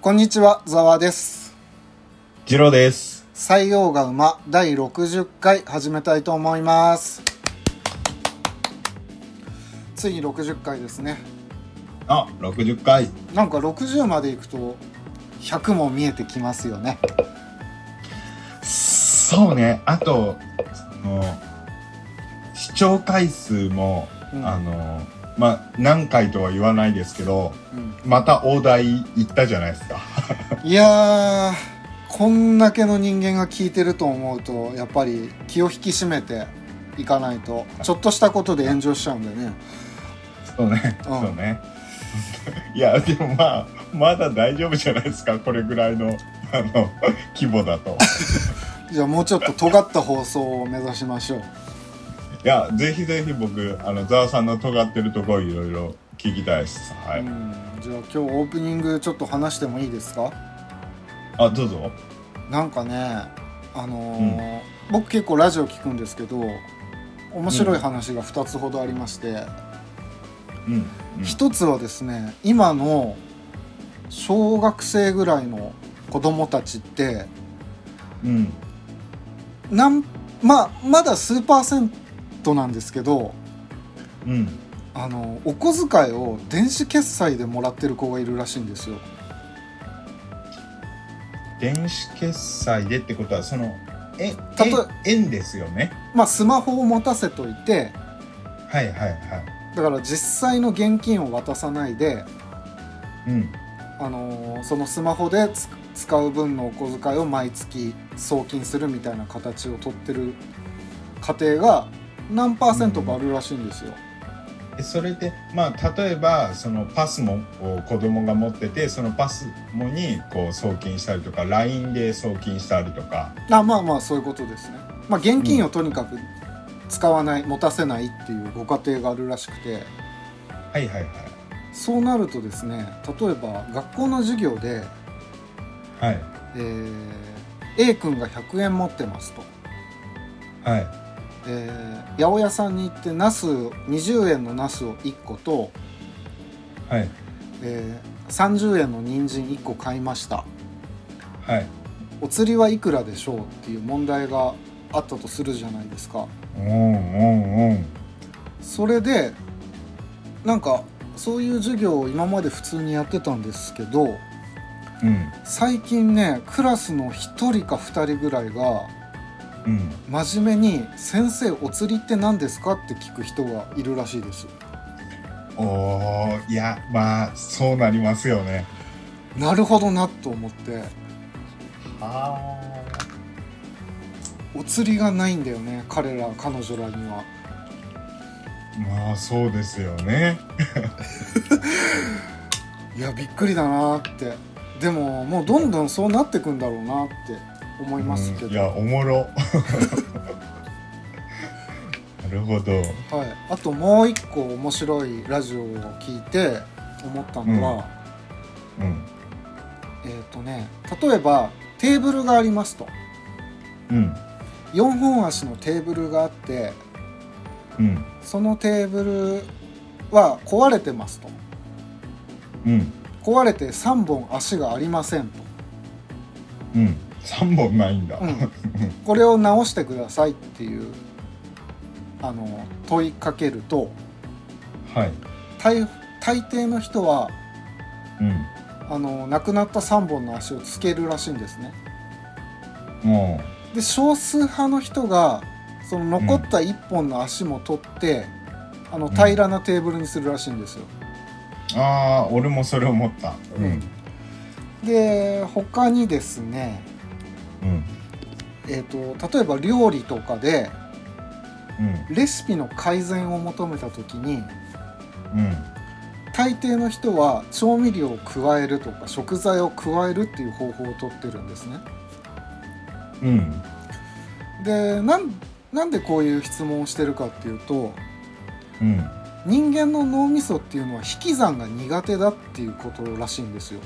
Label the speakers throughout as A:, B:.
A: こんにちは、ざわです。
B: ジローです。
A: 採用が馬第60回始めたいと思います。ついに60回ですね。
B: あ、六十回。
A: なんか60までいくと100も見えてきますよね。
B: そうね。あとその視聴回数も、
A: うん
B: あのまあ何回とは言わないですけど、
A: うん
B: また大台行ったじゃないですか。
A: いやー、こんだけの人間が聞いてると思うと、やっぱり気を引き締めていかないと、ちょっとしたことで炎上しちゃうんだよね。
B: そうね。
A: うん
B: そうね。 いやでもまあまだ大丈夫じゃないですか。これぐらいのあの規模だと。
A: じゃあもうちょっと尖った放送を目指しましょう。
B: いやぜひぜひ僕あのザワさんの尖ってるところいろいろ聞きたいです。はい。
A: うん、じゃあ今日オープニングちょっと話してもいいですか
B: あどうぞ。
A: なんかねあのー僕結構ラジオ聞くんですけど面白い話が2つほどありまして、
B: うん。うん
A: 1つはですね今の小学生ぐらいの子供たちって
B: うん。
A: なん、まあ、まだ数パーセントなんですけど
B: うん。
A: あのお小遣いを電子決済でもらってる子がいるらしいんですよ。
B: 電子決済でってことはそのえ
A: たと
B: え円ですよね
A: まあ、スマホを持たせといて
B: はいはいは
A: だから実際の現金を渡さないで
B: いうん
A: あのーそのスマホでつ使う分のお小遣いを毎月送金するみたいな形をとってる家庭が何パーセントかあるらしいんですよ。
B: えそれでまあ例えばそのパスもこう子供が持っててそのパスもにこう送金したりとか LINE で送金したりとか
A: あまあまあそういうことですね。まあ、現金をとにかく使わない、持たせないっていうご家庭があるらしくて
B: はいはい
A: そうなるとですね例えば学校の授業で、
B: はいはい
A: えー A 君が100円持ってますと。
B: はい
A: えー八百屋さんに行ってナスを20円のナスを1個と、
B: はい
A: えー30円の人参1個買いました
B: はい
A: お釣りはいくらでしょうっていう問題があったとするじゃないですか
B: うんうんうん
A: それでなんかそういう授業を今まで普通にやってたんですけど
B: うん
A: 最近ねクラスの1人か2人ぐらいが
B: うん
A: 真面目に「先生お釣りって何ですか?」って聞く人がいるらしいです
B: おーいやまあそうなりますよね
A: なるほどなと思って
B: あ
A: お釣りがないんだよね彼ら彼女らには
B: あまあそうですよね
A: いやびっくりだなーってでももうどんどんそうなってくんだろうなって思いますけ
B: うんい
A: ど、
B: やおも ろなるほど
A: はい、あともう一個面白いラジオを聞いて思ったのは、
B: うん
A: えっ、とね例えばテーブルがありますと
B: うん
A: 4本足のテーブルがあって
B: うん
A: そのテーブルは壊れてますと
B: うん
A: 壊れて3本足がありませ んと、
B: うん3本ないんだ、
A: うんこれを直してくださいっていうあの問いかけると
B: はい
A: 大大抵の人は
B: うん
A: あの亡くなった3本の足をつけるらしいんですね
B: も
A: で少数派の人がその残った1本の足も取って、あの
B: うん
A: 平らなテーブルにするらしいんですよ、
B: うああ俺もそれ思ったうん
A: うんで他にですね、
B: うん
A: えー、と例えば料理とかで
B: うん
A: レシピの改善を求めた時に
B: うん
A: 大抵の人は調味料を加えるとか食材を加えるっていう方法をとってるんですね
B: うん
A: でなんなんでこういう質問をしてるかっていうと
B: うん
A: 人間の脳みそっていうのは引き算が苦手だっていうことらしいんですよ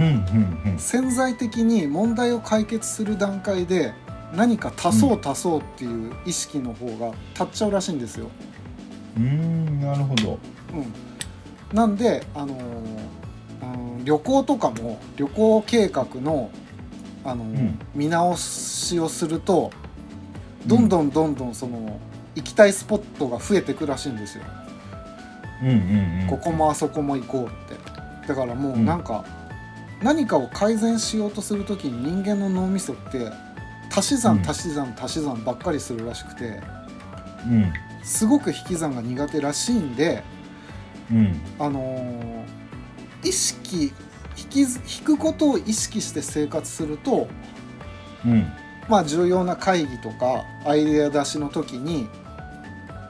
B: うんうん
A: 潜在的に問題を解決する段階で何か足そう足そうっていう意識の方が立っちゃうらしいんですよ、
B: うんうーんなるほど
A: うん、なんであのーうん旅行とかも旅行計画のあの、
B: ん
A: 見直しをするとどんどんどんどんその行きたいスポットが増えてくらしいんですよ。
B: うんうんうん
A: ここもあそこも行こうってだからもうなんか、何かを改善しようとする時に人間の脳みそって足し算
B: うん
A: 足し算足し算ばっかりするらしくて
B: うん
A: すごく引き算が苦手らしいんで
B: うん
A: あのー意識引きず引くことを意識して生活すると
B: うん
A: まあ重要な会議とかアイデア出しの時に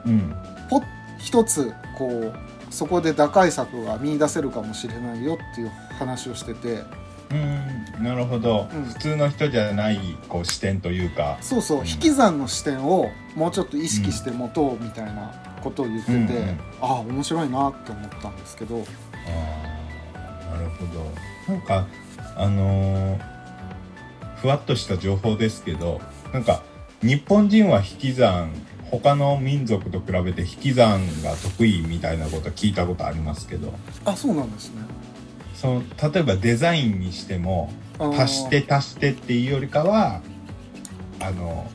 B: うん
A: ポッ一つこうそこで打開策が見出せるかもしれないよっていう話をしてて。
B: うんなるほど、
A: うん
B: 普通の人じゃないこう視点というか
A: そうそう
B: うん
A: 引き算の視点をもうちょっと意識して持とうみたいなことを言ってて、
B: うんうん
A: ああ面白いなって思ったんですけど
B: あーなるほどなんかあのーふわっとした情報ですけどなんか日本人は引き算他の民族と比べて引き算が得意みたいなこと聞いたことありますけど
A: あそうなんですね
B: その例えばデザインにしても
A: あー
B: 足して足してっていうよりかはあの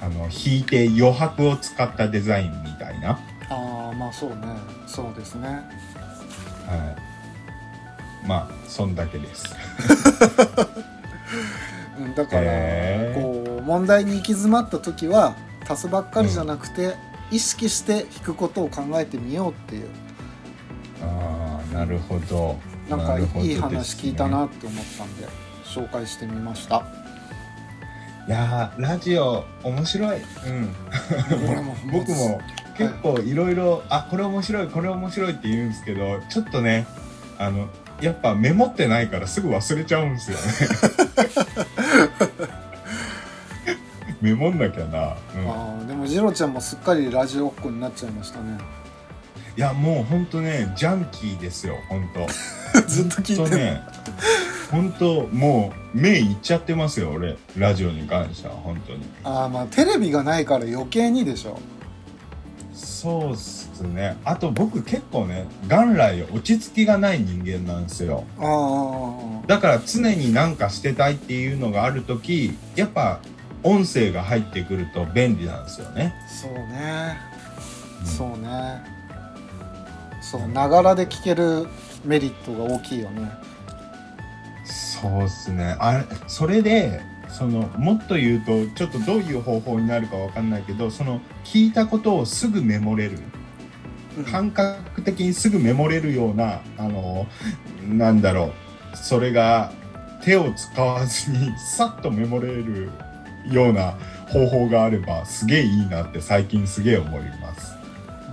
B: あの引いて余白を使ったデザインみたいな、
A: ああまあそうねそうですね
B: はい、まあそんだけです。
A: うんだから、
B: へー
A: こう問題に行き詰まった時は足すばっかりじゃなくて、意識して引くことを考えてみようっていう
B: ああなるほど。
A: なんか
B: るほど
A: いい
B: です
A: 話
B: ね
A: 聞いたなって思ったんで紹介してみました
B: いやーラジオ面白い。うん。 僕も結構いろいろあこれ面白いこれ面白いって言うんですけどちょっとねあのやっぱメモってないからすぐ忘れちゃうんですよ ね。メモんなきゃな。うん、
A: あーでもジロちゃんもすっかりラジオっ子になっちゃいましたね
B: いやもう本当ねジャンキーですよ本当。
A: ずっと聞い
B: ほん
A: て
B: と
A: る、
B: ね本当もう目いっちゃってますよ俺ラジオに関しては本当に。
A: ああまあテレビがないから余計にでしょ
B: そうっすねあと僕結構ね元来落ち着きがない人間なんですよ
A: ああ
B: だから常に何かしてたいっていうのがある時やっぱ音声が入ってくると便利なんですよね、
A: そうね
B: うん
A: そうねそうながらで聞けるメリットが大きいよね
B: そうっすねあれそれでそのもっと言うとちょっとどういう方法になるかわかんないけどその聞いたことをすぐメモれる感覚的にすぐメモれるようなあのなんだろうそれが手を使わずにさっとメモれるような方法があればすげえいいなって最近すげえ思います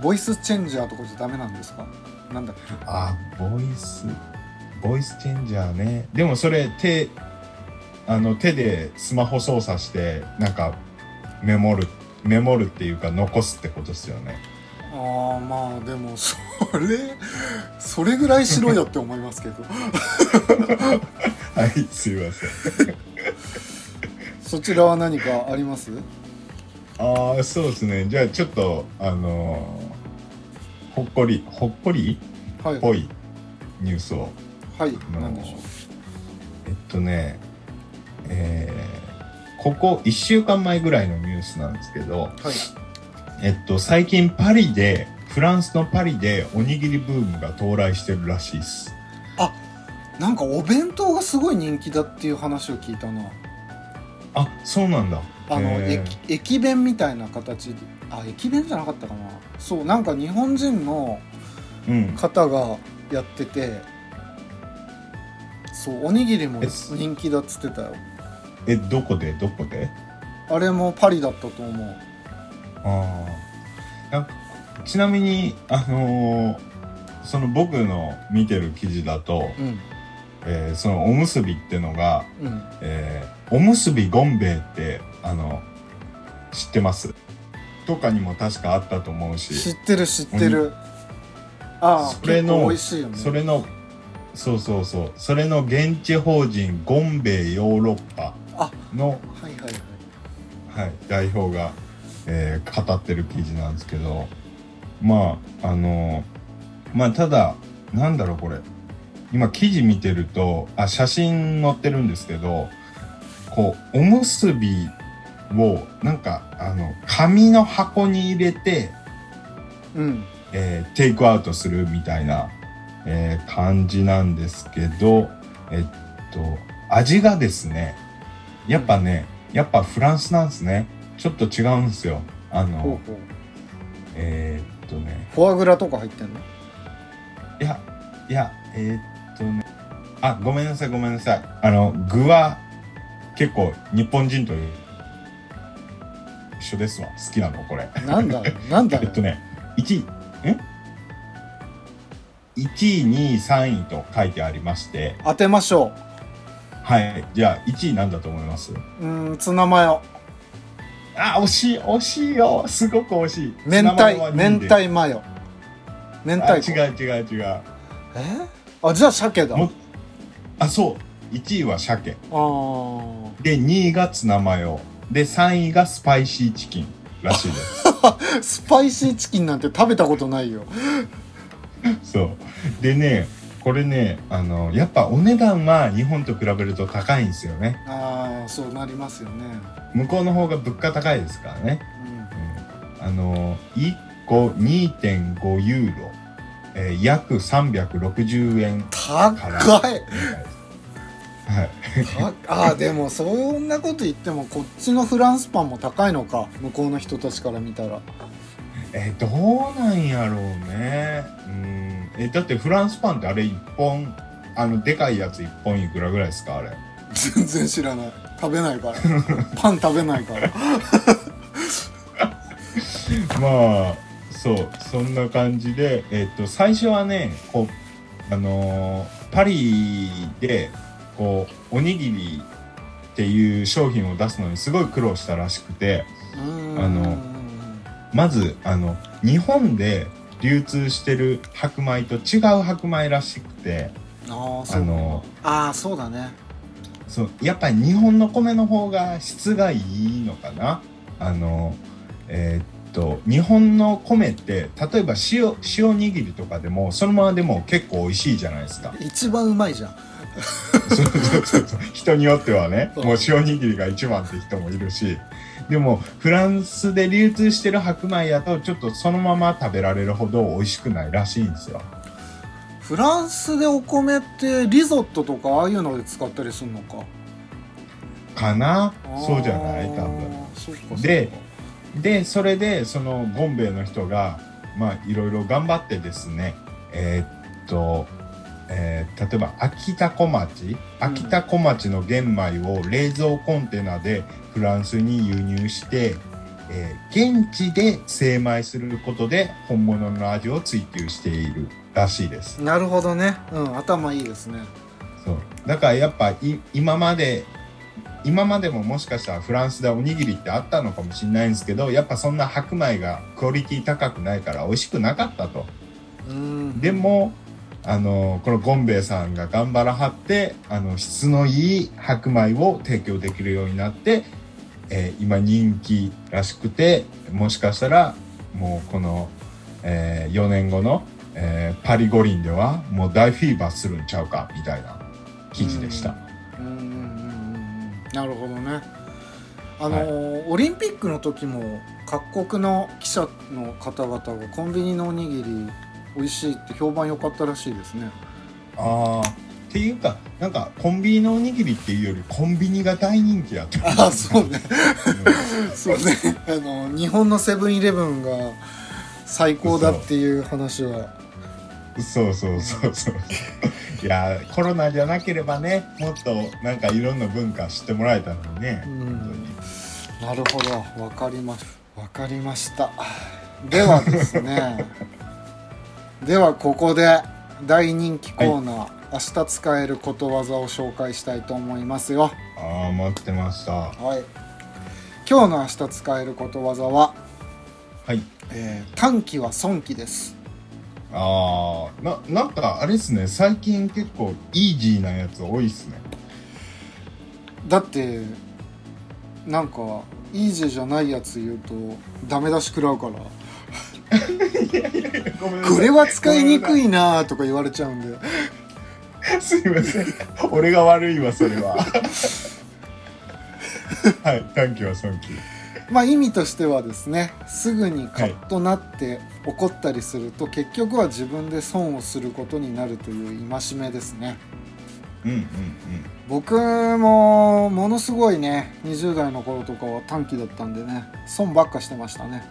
A: ボイスチェンジャーとかじゃダメなんですかなんだっけ
B: あボイスボイスチェンジャーねでもそれ手あの手でスマホ操作してなんかメモるメモるっていうか残すってことですよね
A: ああまあでもそれそれぐらいしろよって思いますけど
B: はいすいません
A: そちらは何かあります
B: ああそうですねじゃあちょっとあのーほっこりほっこり
A: はい
B: っぽいニュースを
A: はい
B: あのー
A: 何でしょう
B: えっとねえーここ1週間前ぐらいのニュースなんですけど、
A: はい
B: えっと、最近パリでフランスのパリでおにぎりブームが到来してるらしいです
A: なんかお弁当がすごい人気だっていう話を聞いたな
B: あそうなんだ
A: あの、
B: へー
A: 駅駅弁みたいな形であ駅弁じゃなかったかなそうなんか日本人の
B: うん
A: 方がやっててそうおにぎりも
B: え
A: 人気だっつってたよ
B: えどこでどこで
A: あれもパリだったと思う
B: ああなんかちなみにあのーその僕の見てる記事だと、
A: うん
B: えーそのおむすびってのが、
A: うん
B: えーおむすびゴンベイってあの知ってますとかにも確かあったと思う
A: 知っ
B: して
A: る知ってるああ
B: それの
A: 結構美味しいよね
B: それのそうそうそうそれの現地法人ゴンベイヨーロッパ
A: あ
B: の、
A: はいはいはい
B: はい、代表が、えー語ってる記事なんですけどまああのまあただなんだろうこれ今記事見てるとあ写真載ってるんですけどこうおむすびをなんかあの紙の箱に入れて、
A: うん
B: えーテイクアウトするみたいな、えー感じなんですけどえっと味がですねやっぱねやっぱフランスなんですねちょっと違うんですよあ
A: ほ
B: の
A: うほう
B: えーっとね
A: フォアグラとか入ってんの
B: いや、いや、えーっとね。あ、ごめんなさい、ごめんなさい。あの、具は結構日本人と一緒ですわ。好きなの、これ。
A: なん だよなんだ
B: えっ
A: よ
B: とね、1位、ん ?1 位、2位、3位と書いてありまして、
A: 当てましょ
B: はい。じゃあ、1位なんだと思います
A: ううーんツナマヨ
B: あ、惜しい、惜しいよ。すごく惜しい。
A: 明
B: 名前
A: 太
B: は二位
A: 明
B: で
A: 太マヨ明
B: あ
A: 太子
B: 違う違う違う。
A: えあじゃあ鮭だあ
B: もあ、そう。1位は鮭。
A: あー
B: で、2位がツナマヨ。で、3位がスパイシーチキンらしい です。
A: スパイシーチキンなんて食べたことないよ
B: そう。でね、これね、あの、やっぱお値段は日本と比べると高いんですよね。
A: ああそうなりますよね
B: 向こうの方が物価高いですからね。うん、あの、1個2.5ユーロ。えー約360円から。
A: 高い
B: はい。
A: たあーでもそんなこと言ってもこっちのフランスパンも高いのか向こうの人たちから見たら
B: えーどうなんやろうね。うん。えーだってフランスパンってあれ1本、あの、でかいやつ1本いくらぐらいですかあれ。
A: 全然知らない食べない からパン食べないから
B: まあそうそんな感じで、えっと最初はねこうあのーパリでこうおにぎりっていう商品を出すのにすごい苦労したらしくて
A: うーん
B: あのまずあの日本で流通してる白米と違う白米らしくて
A: あーそ
B: あ
A: う
B: の
A: あーそうだね
B: そうやっぱり日本の米の方が質がいいのかなあのえーっと日本の米って例えば塩塩握りとかでもそのままでも結構美味しいじゃないですか
A: 一番うまいじゃん
B: そうそうそうそう人によってはね
A: そう
B: もう塩握りが一番って人もいるしでもフランスで流通してる白米やとちょっとそのまま食べられるほど美味しくないらしいんですよ
A: フランスでお米ってリゾットとかああいうので使ったりするのか
B: かな
A: あー
B: そうじゃない多分。
A: そうかそうか
B: ででそれでそのゴンベイの人がまあいろいろ頑張ってですねえーっと、えー例えば秋田小町秋田小町の玄米を冷蔵コンテナでフランスに輸入して、えー現地で精米することで本物の味を追求しているらしいです。
A: なるほどねうん頭いいですね
B: そうだからやっぱい今まで今までももしかしたらフランスでおにぎりってあったのかもしれないんですけどやっぱそんな白米がクオリティ高くないから美味しくなかったと
A: うん
B: でもあのこのゴンベイさんが頑張らはってあの質のいい白米を提供できるようになって、えー今人気らしくてもしかしたらもうこの、え4年後の、えーパリ五輪ではもう大フィーバーするんちゃうかみたいな記事でした。
A: うんうんうんうんうんなるほどねあのーオリンピックの時も各国の記者の方々がコンビニのおにぎり美味しいって評判良かったらしいですね
B: ああっていうかなんかコンビニのおにぎりっていうよりコンビニが大人気やった
A: ああそうね
B: うん
A: そうねあの日本のセブンイレブンが最高だっていう話は
B: そうそうそうそういやーコロナじゃなければねもっとなんかいろんな文化知ってもらえたのにね、
A: うん
B: 本当に
A: なるほどわかりまわかりましたではですね ではここで大人気コーナー、明日使えることわざを紹介したいと思いますよ
B: ああ待ってましたは
A: はい今日の明日使えることわざは、
B: い
A: えー短期は損期です
B: あーななんかあれですね最近結構イージーなやつ多いっすね
A: だってなんかイージーじゃないやつ言うとダメ出し食らうから
B: ごめんなさい
A: これは使いにくいなとか言われちゃうんで
B: すいません。俺が悪いわ、そ れは。はい、短期は短期。
A: まあ意味としてはですねすぐにカッとなって怒ったりすると、結局は自分で損をすることになるという戒めですね
B: うんうんうん。
A: 僕もものすごいね20代の頃とかは短期だったんでね損ばっかしてましたね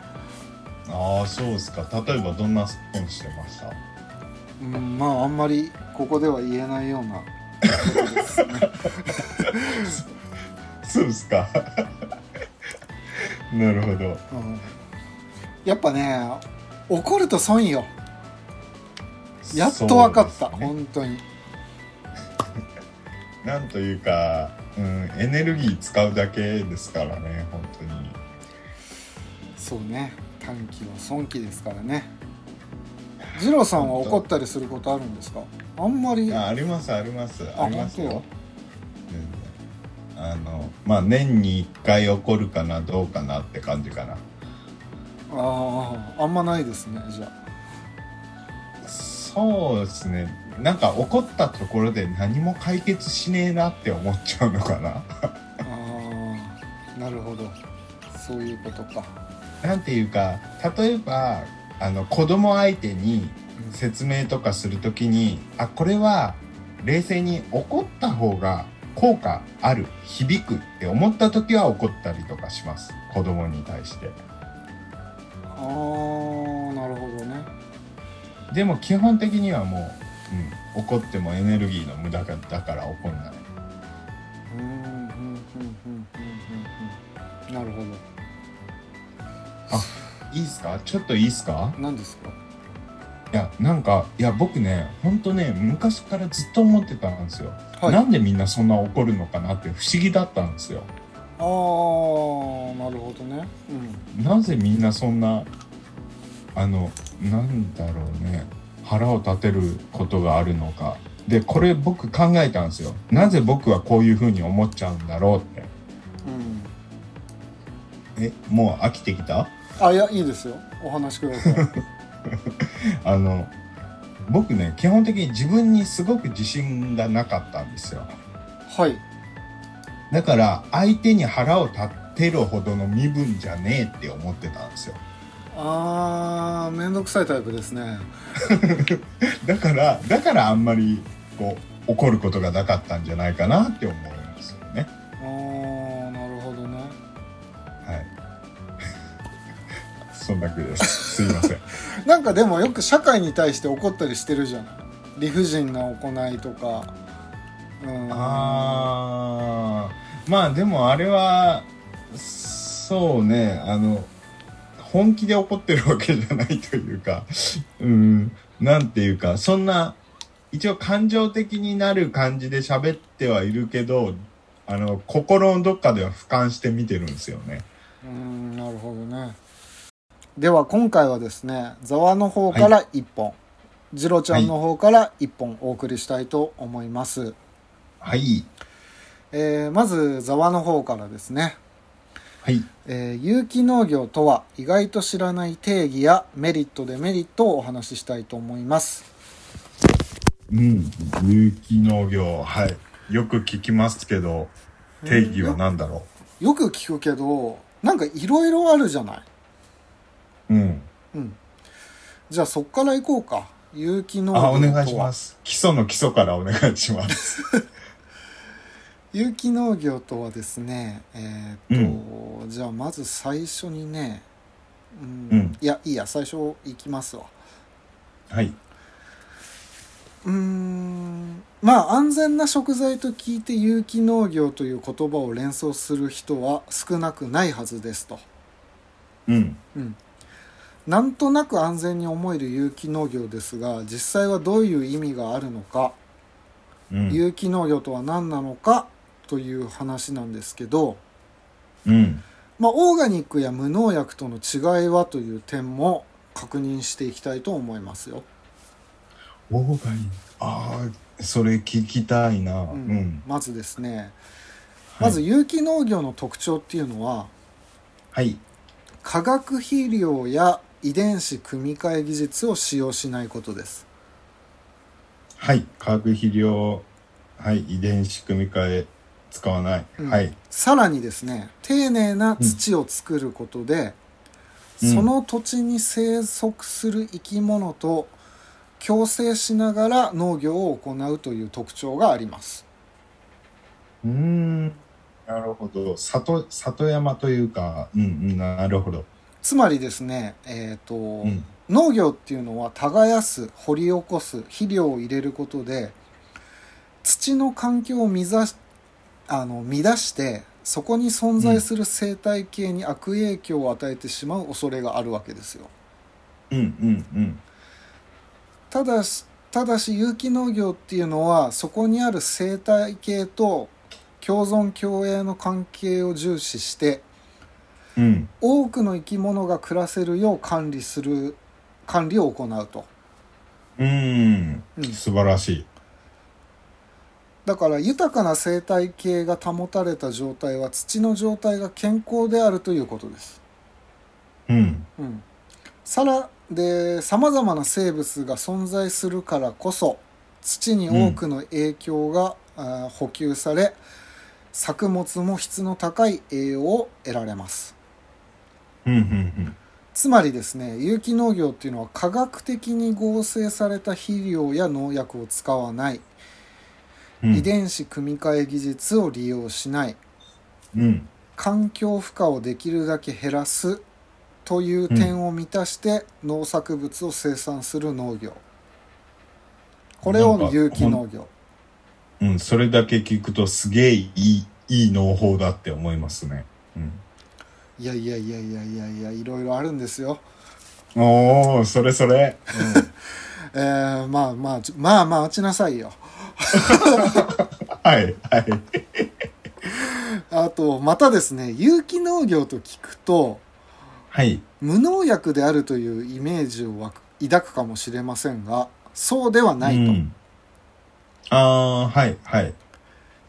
B: ああ、そうですか。例えばどんなスポンしてました
A: うんまああんまりここでは言えないようなことですね
B: そうですか。 なるほど。
A: うんやっぱね怒ると損よやっと分かった、
B: そうですね
A: 本当に
B: なんというか、うん、エネルギー使うだけですからね、本当に。
A: そうね短期は損期ですからね二郎さんは怒ったりすることあるんですかあんまり
B: あありますあります
A: あ
B: あります
A: 本
B: よ全然あのまあ年に1回起こるかなどうかなって感じかな
A: あーあんまないですねじゃあ
B: そうですねなんか起こったところで何も解決しねえなって思っちゃうのかな
A: あーなるほどそういうことか
B: なんていうか例えばあの子供相手に説明とかするときにあこれは冷静に怒った方が効果ある響くって思った時は怒ったりとかします子供に対して
A: あーなるほどね
B: でも基本的にはもう、うん、怒ってもエネルギーの無駄だから怒んない。
A: うんうんうんうんうんうんうんなるほ
B: いいっすかちょっといいっすか
A: ど何ですか
B: いや、なんか、いや、僕ね、ほんとね、昔からずっと思ってたんですよ。
A: はい
B: な
A: あ
B: んでみんなそんな怒るのかなって不思議だったんですよ。
A: あーなるほどねうん
B: なぜみんなそんな、あの、なんだろうね、腹を立てることがあるのか。で、これ僕考えたんですよ。なぜ僕はこういうふうに思っちゃうんだろうって。
A: うん
B: え、もう飽きてきた
A: あいやいいですよお話しください
B: あの僕ね基本的に自分にすごく自信がなかったんですよ
A: はい
B: だから相手に腹を立てるほどの身分じゃねえって思ってたんですよ
A: あーめんどくさいタイプですね
B: だからだからあんまりこう怒ることがなかったんじゃないかなって思いますよね
A: あーなるほどね
B: はい そんだけですすいません
A: なんかでもよく社会に対して怒ったりしてるじゃない理不尽な行いとかうん
B: あーまあでもあれはそうねあの本気で怒ってるわけじゃないというか うんなんていうかそんな一応感情的になる感じで喋ってはいるけどあの心のどっかでは俯瞰して見てるんですよね。
A: うんなるほどねでは今回はですねざわの方から1本、次郎ちゃんの方から1本お送りしたいと思います、
B: はい
A: えーまずざわの方からですね
B: はい
A: えー有機農業とは意外と知らない定義やメリットデメリットをお話ししたいと思います
B: うん有機農業はいよく聞きますけど定義は何だろ
A: よく聞くけどなんかいろいろあるじゃないう
B: うん
A: うんじゃあそっから行こうか有機農業と
B: あ、
A: は
B: お願いします。基礎の基礎からお願いします。
A: 有機農業とはですねえーっと、じゃあまず最初にねうん、
B: うん
A: いやいいや最初行きますわ
B: はい。
A: うーんまあ安全な食材と聞いて有機農業という言葉を連想する人は少なくないはずですと、
B: うん。
A: うん、なんとなく安全に思える有機農業ですが実際はどういう意味があるのか、
B: うん。
A: 有機農業とは何なのかという話なんですけど、
B: うん。
A: まあ、オーガニックや無農薬との違いはという点も確認していきたいと思いますよ。
B: オーガニック。ああ、それ聞きたいな。う
A: うん
B: ん。
A: まずですねまず有機農業の特徴っていうのは、
B: はい。
A: 化学肥料や遺伝子組み換え技術を使用しないことです
B: はい。化学肥料、はい。遺伝子組み換え、使わない。
A: うん
B: はい。
A: さらにですね丁寧な土を作ることで、
B: うん
A: その土地に生息する生き物と共生しながら農業を行うという特徴があります
B: うーん。なるほど。里、里山というか、うん、うん、なるほど。
A: つまりですねえっ、と、
B: うん。
A: 農業っていうのは耕す掘り起こす肥料を入れることで土の環境を乱しあの乱してそこに存在する生態系に悪影響を与えてしまう恐れがあるわけですよ。
B: うん、うん、うん。
A: ただしただし有機農業っていうのはそこにある生態系と共存共栄の関係を重視して
B: うん。
A: 多くの生き物が暮らせるよう管理する管理を行うと、
B: うーん。
A: うん
B: 素晴らしい。
A: だから豊かな生態系が保たれた状態は土の状態が健康であるということです、
B: うん。
A: うん、さらでさまざまな生物が存在するからこそ土に多くの影響が、あー補給され作物も質の高い栄養を得られます
B: うん、うん、
A: つまりですね有機農業っていうのは科学的に合成された肥料や農薬を使わない、
B: うん。
A: 遺伝子組み換え技術を利用しない
B: うん。
A: 環境負荷をできるだけ減らすという点を満たして農作物を生産する農業これ
B: なん
A: を
B: か
A: 有機農業
B: うん、それだけ聞くとすげえいい、いい農法だって思いますね。
A: いやいやいやいやいやいやいろいろあるんですよ、
B: うん。おー、それそれ。
A: えー、まあまあちょまあまあ待ちなさいよ
B: はい、はい。
A: あとまたですね有機農業と聞くと
B: はい。
A: 無農薬であるというイメージをわく抱くかもしれませんがそうではないと、
B: うん、あー、はい、はい。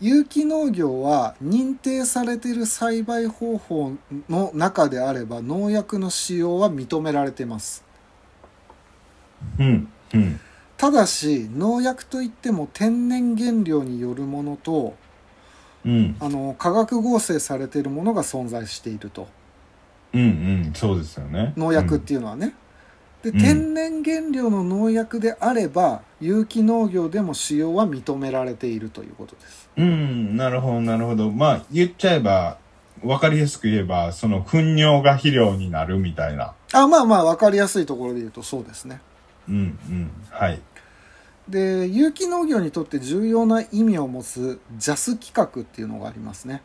A: 有機農業は認定されている栽培方法の中であれば農薬の使用は認められています
B: うん、うん。
A: ただし農薬といっても天然原料によるものと
B: うん、
A: あの化学合成されているものが存在していると
B: うん、うん、そうですよね。
A: 農薬っていうのはね、
B: う
A: で
B: ん
A: 天然原料の農薬であれば有機農業でも使用は認められているということです
B: うん、うん、なるほど、なるほど。まあ、言っちゃえば、わかりやすく言えば、その、糞尿が肥料になるみたいな。
A: あまあまあ分かりやすいところで言うとそうですね
B: うん、うん、はい。
A: で有機農業にとって重要な意味を持つ JAS 規格っていうのがありますね、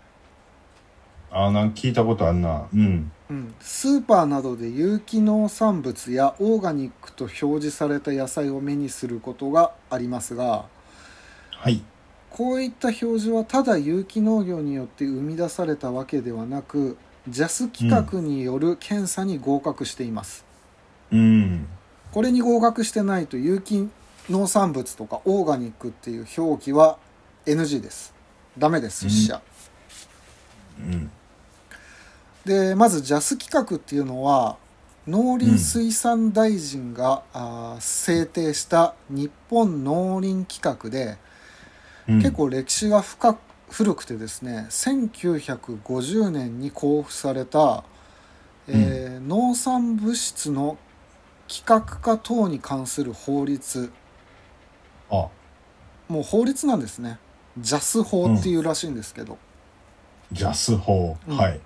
B: あー、なんか聞いたことあるな。うん。
A: うん、スーパーなどで有機農産物やオーガニックと表示された野菜を目にすることがありますが
B: はい。
A: こういった表示はただ有機農業によって生み出されたわけではなく JAS 規格による検査に合格しています、
B: うん。
A: これに合格してないと有機農産物とかオーガニックっていう表記は NG ですダメです筆者、
B: うん。
A: でまず JAS 規格っていうのは農林水産大臣が、あー制定した日本農林規格で、
B: うん
A: 結、構歴史が深く古くてですね1950年に公布された、えー農産物質の規格化等に関する法律
B: あ、
A: もう法律なんですね JAS 法っていうらしいんですけど、
B: ジャス法。
A: うん
B: はい。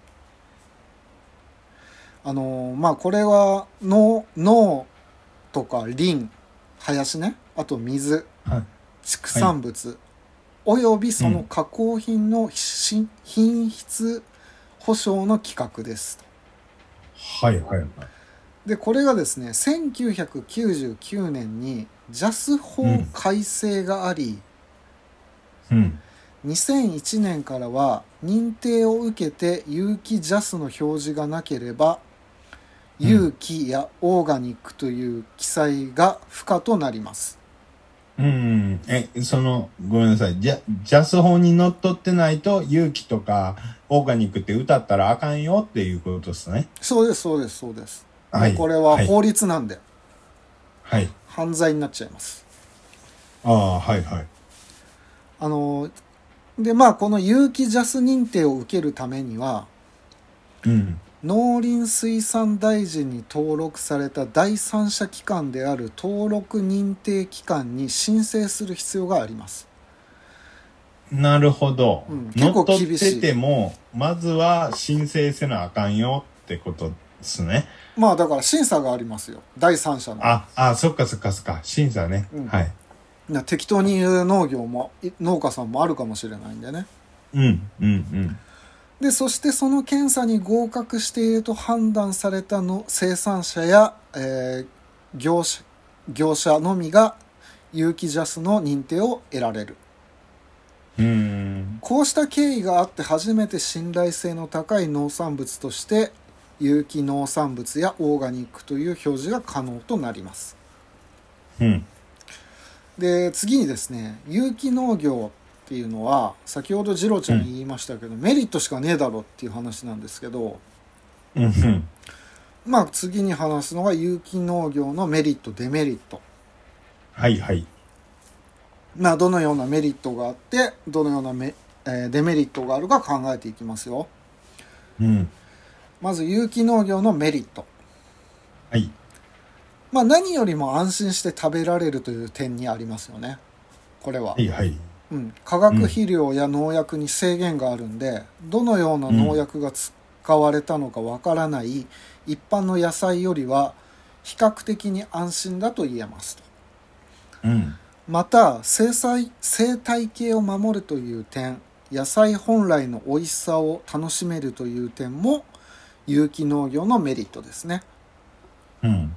A: あのーまあこれは農農とか林林ねあと水
B: はい。
A: 畜産物、およびその加工品のし品質保証の規格です
B: はいはいはい。
A: でこれがですね1999年に JAS 法改正があり、
B: うん。
A: 2001年からは認定を受けて有機 JAS の表示がなければ
B: うん
A: 有機やオーガニックという記載が不可となります、
B: うん。え、その、ごめんなさい。ジャ、ジャス法にのっとってないと、勇気とか、オーガニックって歌ったらあかんよっていうことですね。
A: そうですそうですそうです、
B: はい。
A: これは
B: はい。
A: 法律なんで
B: はい。
A: 犯罪になっちゃいます、
B: ああはいはい
A: あのでまあこの有機 JAS 認定を受けるためには
B: うん
A: 農林水産大臣に登録された第三者機関である登録認定機関に申請する必要があります
B: なるほど、
A: うん結
B: 乗
A: 構
B: っ取
A: 厳
B: っ
A: しい
B: ててもまずは申請せなあかんよってことですね
A: まあだから審査がありますよ第三者の
B: ああそっかそっかそっか審査ね、
A: うん
B: はい
A: な適当に言う農業もい農家さんもあるかもしれないんでね
B: うんうんうん
A: でそしてその検査に合格していると判断されたの生産者や、えー業者業者のみが有機 JAS の認定を得られる
B: うーん
A: こうした経緯があって初めて信頼性の高い農産物として有機農産物やオーガニックという表示が可能となります
B: うん
A: で次にですね有機農業っていうのは先ほど次郎ちゃんに言いましたけど、メリットしかねえだろっていう話なんですけど
B: うんうん
A: まあ次に話すのが有機農業のメリットデメリット
B: はいはい
A: まあどのようなメリットがあってどのようなメ、えーデメリットがあるか考えていきますよ
B: うん
A: まず有機農業のメリット
B: はい
A: まあ何よりも安心して食べられるという点にありますよねこれは、
B: はいはい
A: うん、化学肥料や農薬に制限があるんで、どのような農薬が使われたのかわからない一般の野菜よりは比較的に安心だと言えますと
B: うん
A: また生態生態系を守るという点野菜本来の美味しさを楽しめるという点も有機農業のメリットですね
B: うん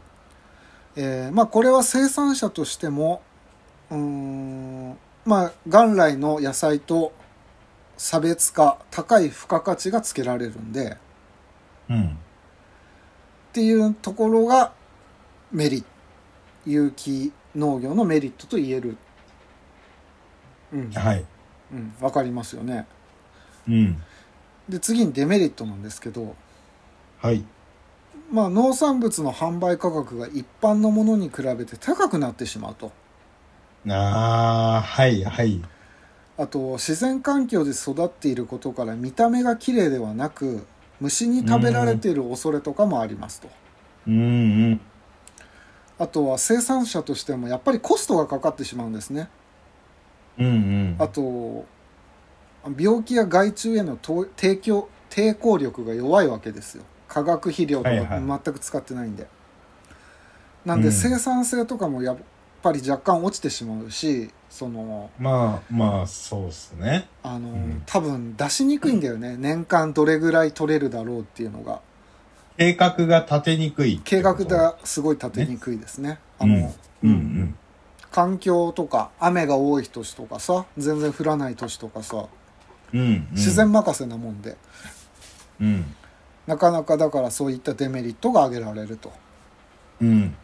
A: えーまあこれは生産者としてもうーんまあ元来の野菜と差別化高い付加価値がつけられるんで
B: うん
A: っていうところがメリット有機農業のメリットと言えるうん
B: はい
A: うんわかりますよね
B: うん
A: で次にデメリットなんですけど
B: はい
A: まあ農産物の販売価格が一般のものに比べて高くなってしまうと
B: ああはいはい
A: あと自然環境で育っていることから見た目が綺麗ではなく虫に食べられている恐れとかもありますと、
B: うんうん
A: あとは生産者としてもやっぱりコストがかかってしまうんですね
B: うんうん
A: あと病気や害虫へのと提供抵抗力が弱いわけですよ化学肥料と
B: はいは
A: か
B: い
A: 全く使ってないんで、なんで
B: うん
A: 生産性とかもやっぱり若干落ちてしまうしその
B: まあまあそうっすね
A: あの、
B: ん
A: 多分出しにくいんだよね年間どれぐらい取れるだろうっていうのが
B: 計画が立てにくいって
A: 計
B: こ
A: 画
B: と
A: がすごい立てにくいですねあ
B: うん
A: の、
B: うんうん
A: 環境とか雨が多い年とかさ全然降らない年とかさ
B: うんうん
A: 自然任せなもんで、
B: うん
A: なかなかだからそういったデメリットが挙げられると
B: うん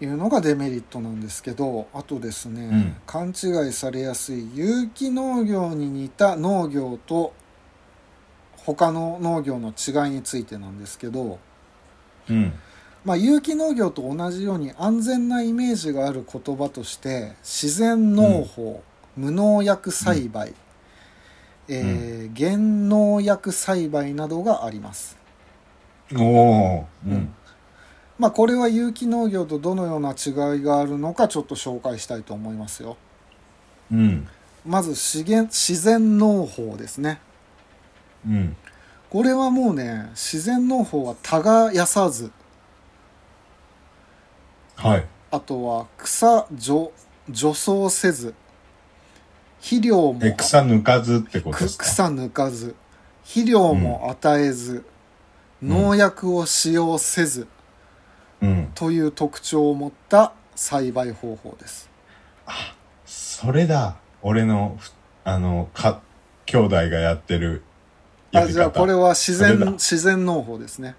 A: いうのがデメリットなんですけどあとですね、
B: うん
A: 勘違いされやすい有機農業に似た農業と他の農業の違いについてなんですけど、
B: うん
A: まあ、有機農業と同じように安全なイメージがある言葉として自然農法、無農薬栽培、えー減農薬栽培などがあります、
B: おおうん
A: まあ、これは有機農業とどのような違いがあるのかちょっと紹介したいと思いますよ
B: うん
A: まず資源自然農法ですね
B: うん
A: これはもうね自然農法は耕さず
B: はい
A: あとは草除除草せず肥料も
B: え草抜かずってことで
A: く
B: すか
A: 草抜かず肥料も与えず、
B: ん
A: 農薬を使用せず
B: うん
A: という特徴を持った栽培方法です
B: それだ俺のふあのか兄弟がやってるや
A: あ
B: り
A: じゃあ
B: 方
A: これは自
B: それだ
A: 然自然農法ですね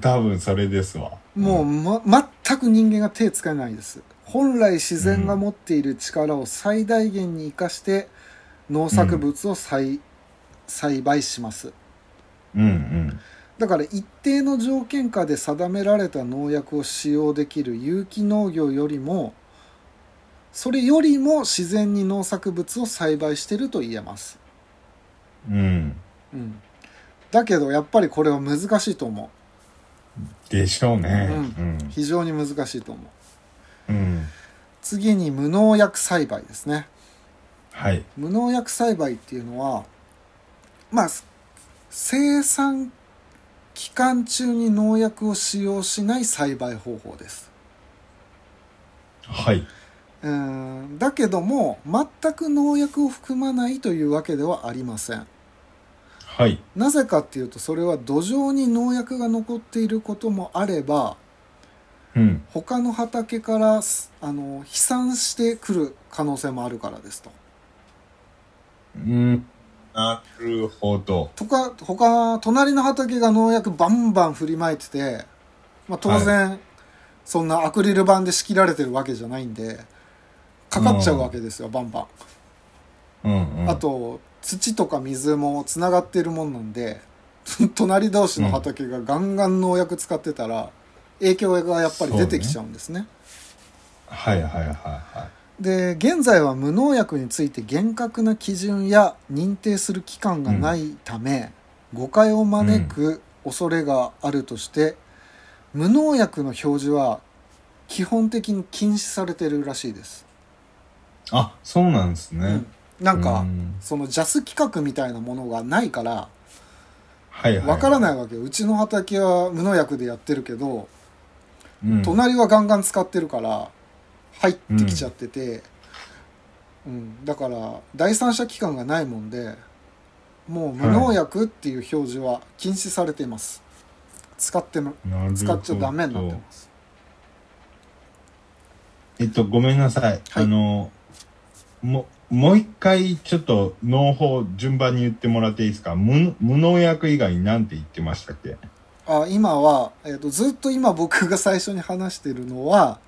B: 多分それですわ
A: もう、ま、全く人間が手つかないです本来自然が持っている力を最大限に生かして農作物を栽,、栽培します
B: うんうん
A: だから一定の条件下で定められた農薬を使用できる有機農業よりもそれよりも自然に農作物を栽培してると言えます、
B: うん。
A: うん、だけどやっぱりこれは難しいと思
B: でしょうね。
A: う
B: う
A: う。
B: ん
A: 非常に難しいと思う
B: うん。
A: 次に無農薬栽培ですね
B: はい。
A: 無農薬栽培っていうのはまあ生産期間中に農薬を使用しない栽培方法です
B: はい。
A: うーんだけども全く農薬を含まないというわけではありません
B: はい。
A: なぜかっていうとそれは土壌に農薬が残っていることもあれば
B: うん。
A: 他の畑からすあの飛散してくる可能性もあるからですと。
B: うん。なるほど。
A: とか他隣の畑が農薬バンバン振りまいてて、まあ、当然、そんなアクリル板で仕切られてるわけじゃないんでかかっちゃうわけですよ、バンバン。
B: うん、うん。
A: あと土とか水もつながってるもんなんで 隣同士の畑がガンガン農薬使ってたら影響がやっぱり出てきちゃうんですね
B: はいはいはいは
A: で現在は無農薬について厳格な基準や認定する期間がないため、誤解を招く恐れがあるとして、無農薬の表示は基本的に禁止されてるらしいです、
B: い。あ、そうなんですね。
A: うんなんか、
B: うん
A: その JAS 規格みたいなものがないから
B: はいはい。
A: わからない
B: い。
A: わけようちの畑は無農薬でやってるけど、
B: うん、
A: 隣はガンガン使ってるから入ってきちゃってて、うんだから第三者機関がないもんでもう無農薬っていう表示は禁止されています、使っても
B: なるほど
A: 使っちゃダメになってます
B: えっと、ごめんなさい。
A: はい
B: あの、も、もう一回、ちょっと、農法、順番に言ってもらっていいですか無無農薬以外に何て言ってましたっけ
A: あ今は、えー、とずっと今僕が最初に話してるのは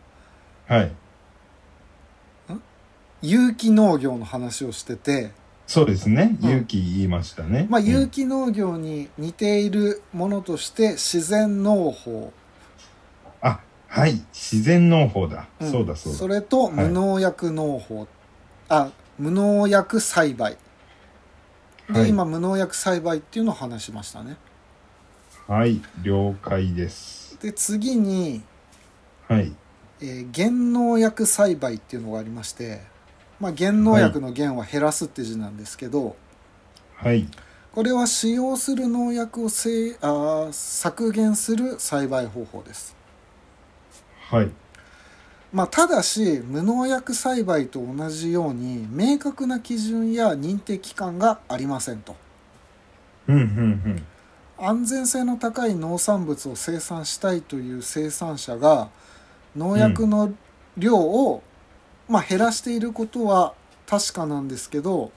B: はい。
A: 有機農業の話をしてて、
B: そうですね。
A: うん
B: 勇気言いましたね。
A: まあ、有
B: 気。
A: 機農業に似ているものとして自然農法、
B: あ、はい。自然農法だ。
A: ん
B: そうだそうだ。
A: それと無農薬農法、あ無農薬栽培で、
B: はい、
A: 今無農薬栽培っていうのを話しましたね
B: はい。了解です。
A: で次に、
B: はい。
A: えー減農薬栽培っていうのがありまして、まあ、減農薬の減は減らすって字なんですけど、
B: はい。
A: これは使用する農薬をせいあー削減する栽培方法です、
B: はい。
A: まあ、ただし無農薬栽培と同じように明確な基準や認定期間がありませんと
B: うん、うん、
A: 安全性の高い農産物を生産したいという生産者が農薬の量を、まあ、減らしていることは確かなんですけど、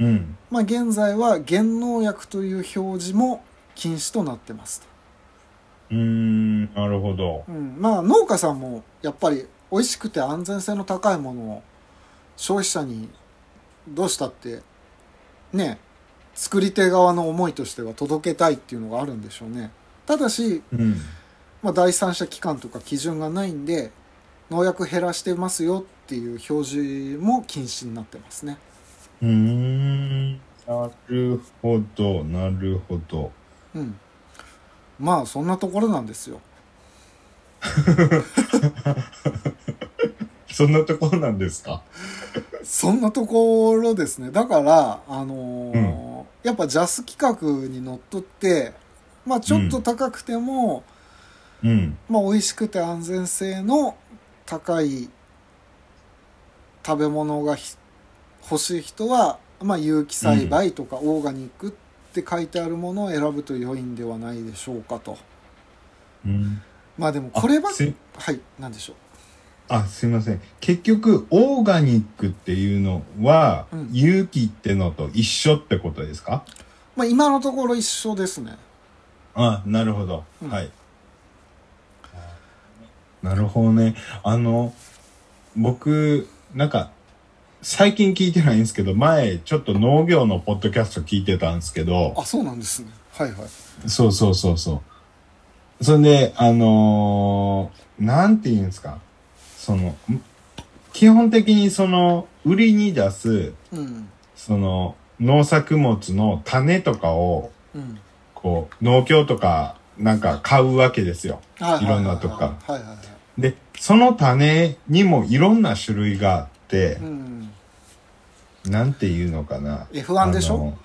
B: うん。うん。
A: まあ、現在は減農薬という表示も禁止となってますと、
B: うーん、なるほど。
A: うん、まあ農家さんもやっぱり美味しくて安全性の高いものを消費者にどうしたってね作り手側の思いとしては届けたいっていうのがあるんでしょうねただし
B: うん。
A: まあ、第三者機関とか基準がないんで農薬減らしてますよっていう表示も禁止になってますね
B: うーん。なるほど、なるほど。
A: うんまあそんなところなんですよ
B: そんなところなんですか
A: そんなところですねだからあのーやっぱ JAS 規格にのっとってまあちょっと高くても、
B: うん。
A: まあ美味しくて安全性の高い食べ物がひ欲しい人は、まあ、有機栽培とかオーガニックって書いてあるものを選ぶと良いんではないでしょうかと
B: うん、
A: まあでも
B: あ
A: これは
B: す
A: はい何でしょ
B: あ、すいません。結局、オーガニックっていうのは、
A: うん
B: 有機ってのと一緒ってことですか
A: うまあ今のところ一緒ですね
B: あ、なるほど。
A: うん
B: はい。なるほどね。あの、僕、なんか、最近聞いてないんですけど、前、ちょっと農業のポッドキャスト聞いてたんですけど、
A: あそうなんですねはいはい
B: そうそうそうそう。それで、あのーなんて言うんですか。その、ん基本的にその売りに出す
A: うん
B: その農作物の種とかを
A: うん
B: こう農協とかなんか買うわけですよ。
A: はい
B: ろんなとこから
A: はいはいはい
B: で、その種にもいろんな種類があって
A: う、ん
B: なんていうのかな。
A: F1 でし
B: あ
A: ょ
B: の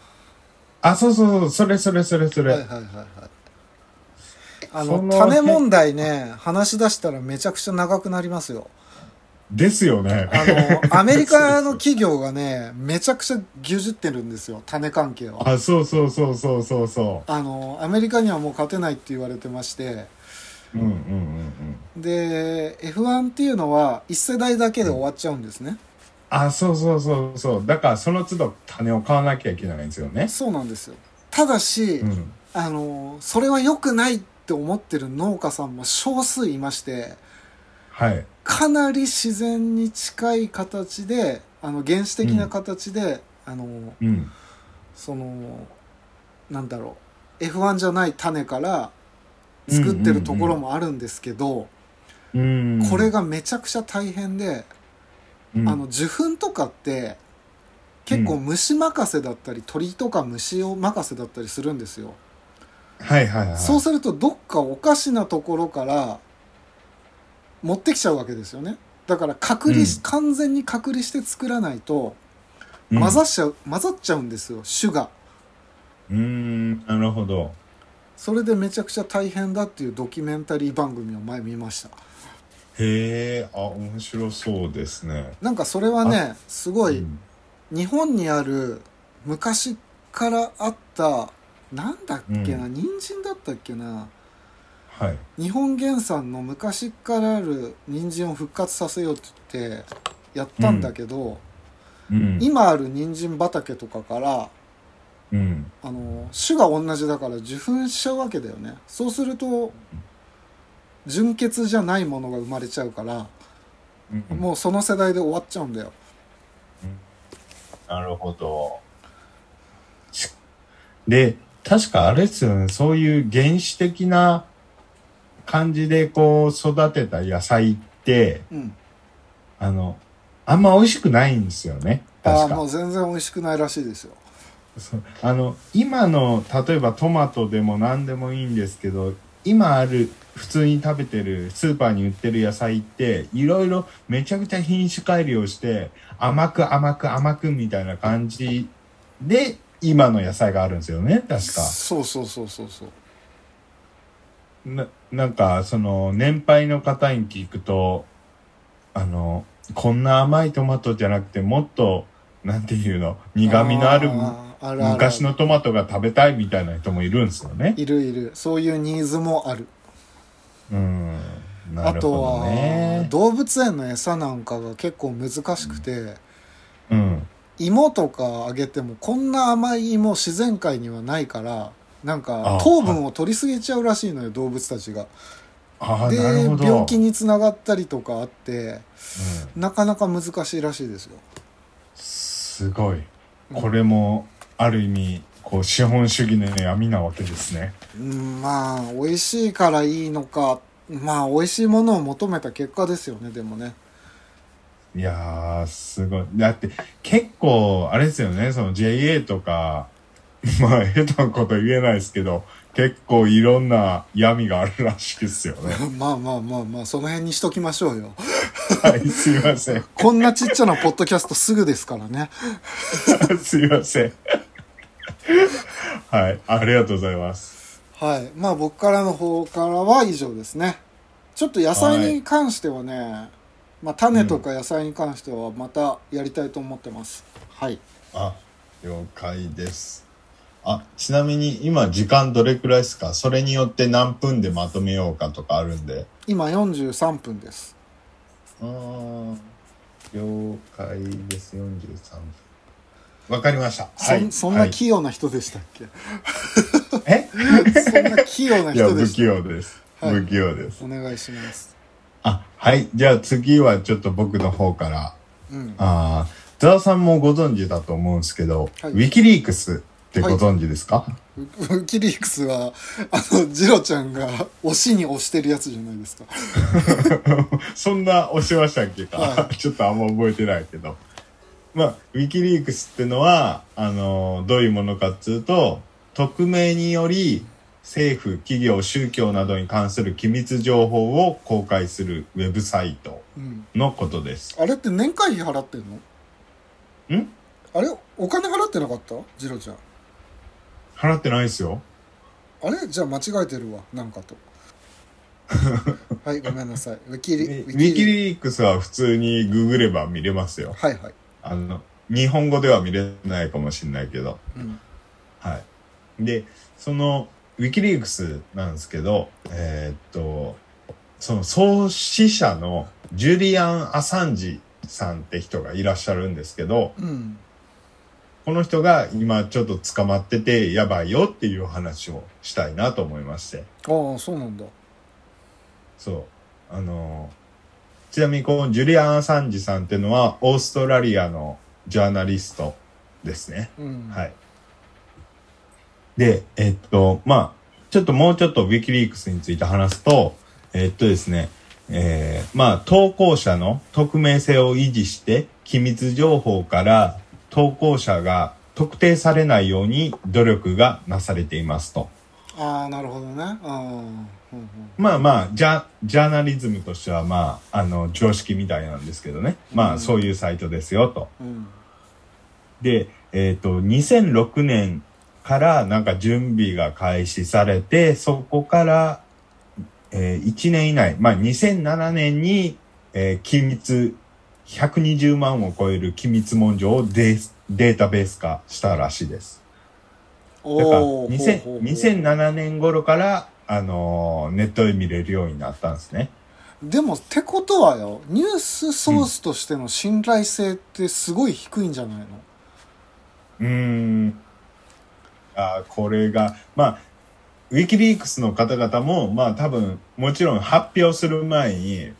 B: あ、そうそうそう、それそれそれそれ。
A: はいはいはいはいあ
B: そ
A: の
B: の
A: 種問題ね話し出したらめちゃくちゃ長くなりますよ
B: ですよね。
A: あの アメリカの企業がねめちゃくちゃ牛耳ってるんですよ種関係は
B: あ、そうそうそうそうそうそ
A: あのアメリカにはもう勝てないって言われてまして
B: う。うんうんうんうん。
A: で F1 っていうのは1世代だけで終わっちゃうんですね、
B: あ、そうそうそうそう。だからその都度種を買わなきゃいけないんですよね。
A: そうなんですよただし、
B: うん。
A: あのそれは良くないって思ってる農家さんも少数いまして
B: はい。
A: かなり自然に近い形であの原始的な形で、あの
B: うん。
A: そのなんだろう F1 じゃない種から作ってるところもあるんですけど、
B: うん。
A: これがめちゃくちゃ大変で、
B: うん、
A: あの受粉とかって結構虫任せだったり鳥とか虫を任せだったりするんですよ。
B: はいはいはい。
A: そうするとどっかおかしなところから持ってきちゃうわけですよねだから隔離し、
B: うん
A: 完全に隔離して作らないと
B: うん
A: 混ざっちゃう、混ざっちゃうんですよ種が
B: うーん、なるほど。
A: それでめちゃくちゃ大変だっていうドキュメンタリー番組を前見ました
B: へえ、あ、面白そうですね。
A: なんかそれはねすごい
B: うん
A: 日本にある昔からあったなんだっけな、人参だったっけな
B: はい。
A: 日本原産の昔からある人参を復活させようって言ってやったんだけど、
B: うん。
A: 今ある人参畑とかから
B: うん。
A: あの種が同じだから受粉しちゃうわけだよねそうすると純血じゃないものが生まれちゃうから
B: うん
A: もうその世代で終わっちゃうんだよ
B: なるほど。しで、確かあれですよね、そういう原始的な感じでこう育てた野菜って、
A: うん
B: あの、あんま美味しくないんですよね。
A: ああ
B: 確
A: もう
B: か。
A: 全然美味しくないらしいですよ
B: そうあの、今の、例えばトマトでも何でもいいんですけど、今ある、普通に食べてる、スーパーに売ってる野菜って、いろいろめちゃくちゃ品種改良して、甘く甘く甘くみたいな感じで、今の野菜があるんですよね、確か。
A: そうそうそうそうそう
B: ななんかその年配の方に聞くとあのこんな甘いトマトじゃなくてもっとなんていうの苦味のある
A: あーあるある
B: 昔のトマトが食べたいみたいな人もいるんですよね。
A: いるいるそういうニーズもある
B: うん、な
A: あ
B: る
A: と
B: ほど
A: は
B: ね。
A: 動物園の餌なんかが結構難しくて
B: うん、
A: 芋とかあげてもこんな甘い芋自然界にはないからなん
B: あ
A: か
B: あ
A: 糖分を取りすぎちゃうらしいのよ動物たちが。
B: ああ
A: で
B: なるほど。
A: 病気につながったりとかあって
B: うん、
A: なかなか難しいらしいですよ。
B: すごい。これもある意味こう資本主義の闇なわけですね。
A: うんまあ美味しいからいいのかまあ美味しいものを求めた結果ですよねでもね。
B: いやー、すごい。だって、結構、あれですよね、その JA とか、 まあ、下手なこと言えないですけど、結構いろんな闇があるらしいですよね。
A: まあまあまあまあその辺にしときましょうよ。
B: はい、すいません。
A: こんなちっちゃなポッドキャストすぐですからね。
B: すいません。はい、ありがとうございます。
A: はい、まあ僕からの方からは以上ですねちょっと野菜に関してはね、まあ種とか野菜に関してはまたやりたいと思ってます、はい
B: あ、了解です。あ、ちなみに今時間どれくらいですかそれによって何分でまとめようかとかあるんで。
A: 今43分です
B: あー了解です43分わかりました
A: そ,、
B: は
A: ん
B: い
A: そんな器用な人でしたっけ、
B: え
A: そんな器用ない
B: や
A: 人で
B: 不
A: し
B: 器
A: た
B: 用です、
A: はい
B: 不器用です
A: お願いします
B: あはいじゃあ次はちょっと僕の方から
A: うん
B: あーザワさんもご存知だと思うんですけど、
A: はい
B: ウィキリークスってご存知ですか、
A: ウウキリークスはあのジロちゃんが押しに押してるやつじゃないですか
B: そんな押しましたっけか、
A: は
B: ちょっとあんま覚えてないけど。まあ、ウィキリークスってのは、あの、どういうものかっつうと、匿名により政府、企業、宗教などに関する機密情報を公開するウェブサイト
A: うん
B: のことです。
A: あれって年会費払ってんの
B: ん
A: あれお金払ってなかったジロちゃん
B: 払ってないですよ。
A: あれじゃあ間違えてるわなん かとはいごめんなさいウィキ
B: ウ
A: リ
B: ィキリークスは普通にググれば見れますよ。
A: はいはい、
B: あの、日本語では見れないかもしれないけど。
A: うん、
B: はい。で、その、ウィキリークスなんですけど、えーっと、その創始者のジュリアン・アサンジさんって人がいらっしゃるんですけど、
A: うん
B: この人が今ちょっと捕まっててやばいよっていう話をしたいなと思いまして。
A: ああそうなんだ
B: そう。あのー、ちなみにこのジュリアン・アサンジさんっていうのはオーストラリアのジャーナリストですね。
A: うん
B: はい。で、えっと、まあ、ちょっともうちょっとウィキリークスについて話すと、えっとですね、えーまあ、投稿者の匿名性を維持して、機密情報から投稿者が特定されないように努力がなされていますと。
A: ああなるほどねああ、うんうん、
B: まあまあ、ジャ、ジャーナリズムとしては、まあ、あの、常識みたいなんですけどね。ま
A: う
B: あ、
A: ん
B: そういうサイトですよ、と。
A: うん
B: で、えっ、と、2006年からなんか準備が開始されて、そこから、えー1年以内、まあ2007年に、えー機密、120万を超える機密文書をデーデータベース化したらしいです。だから
A: おお
B: 2000 2007年頃から、あのーネットで見れるようになったんですね。
A: でもってことはよニュースソースとしての信頼性ってすごい低いんじゃないの、
B: うーん。あーこれが、まあ、ウィキリークスの方々も、まあ多分、もちろん発表する前に、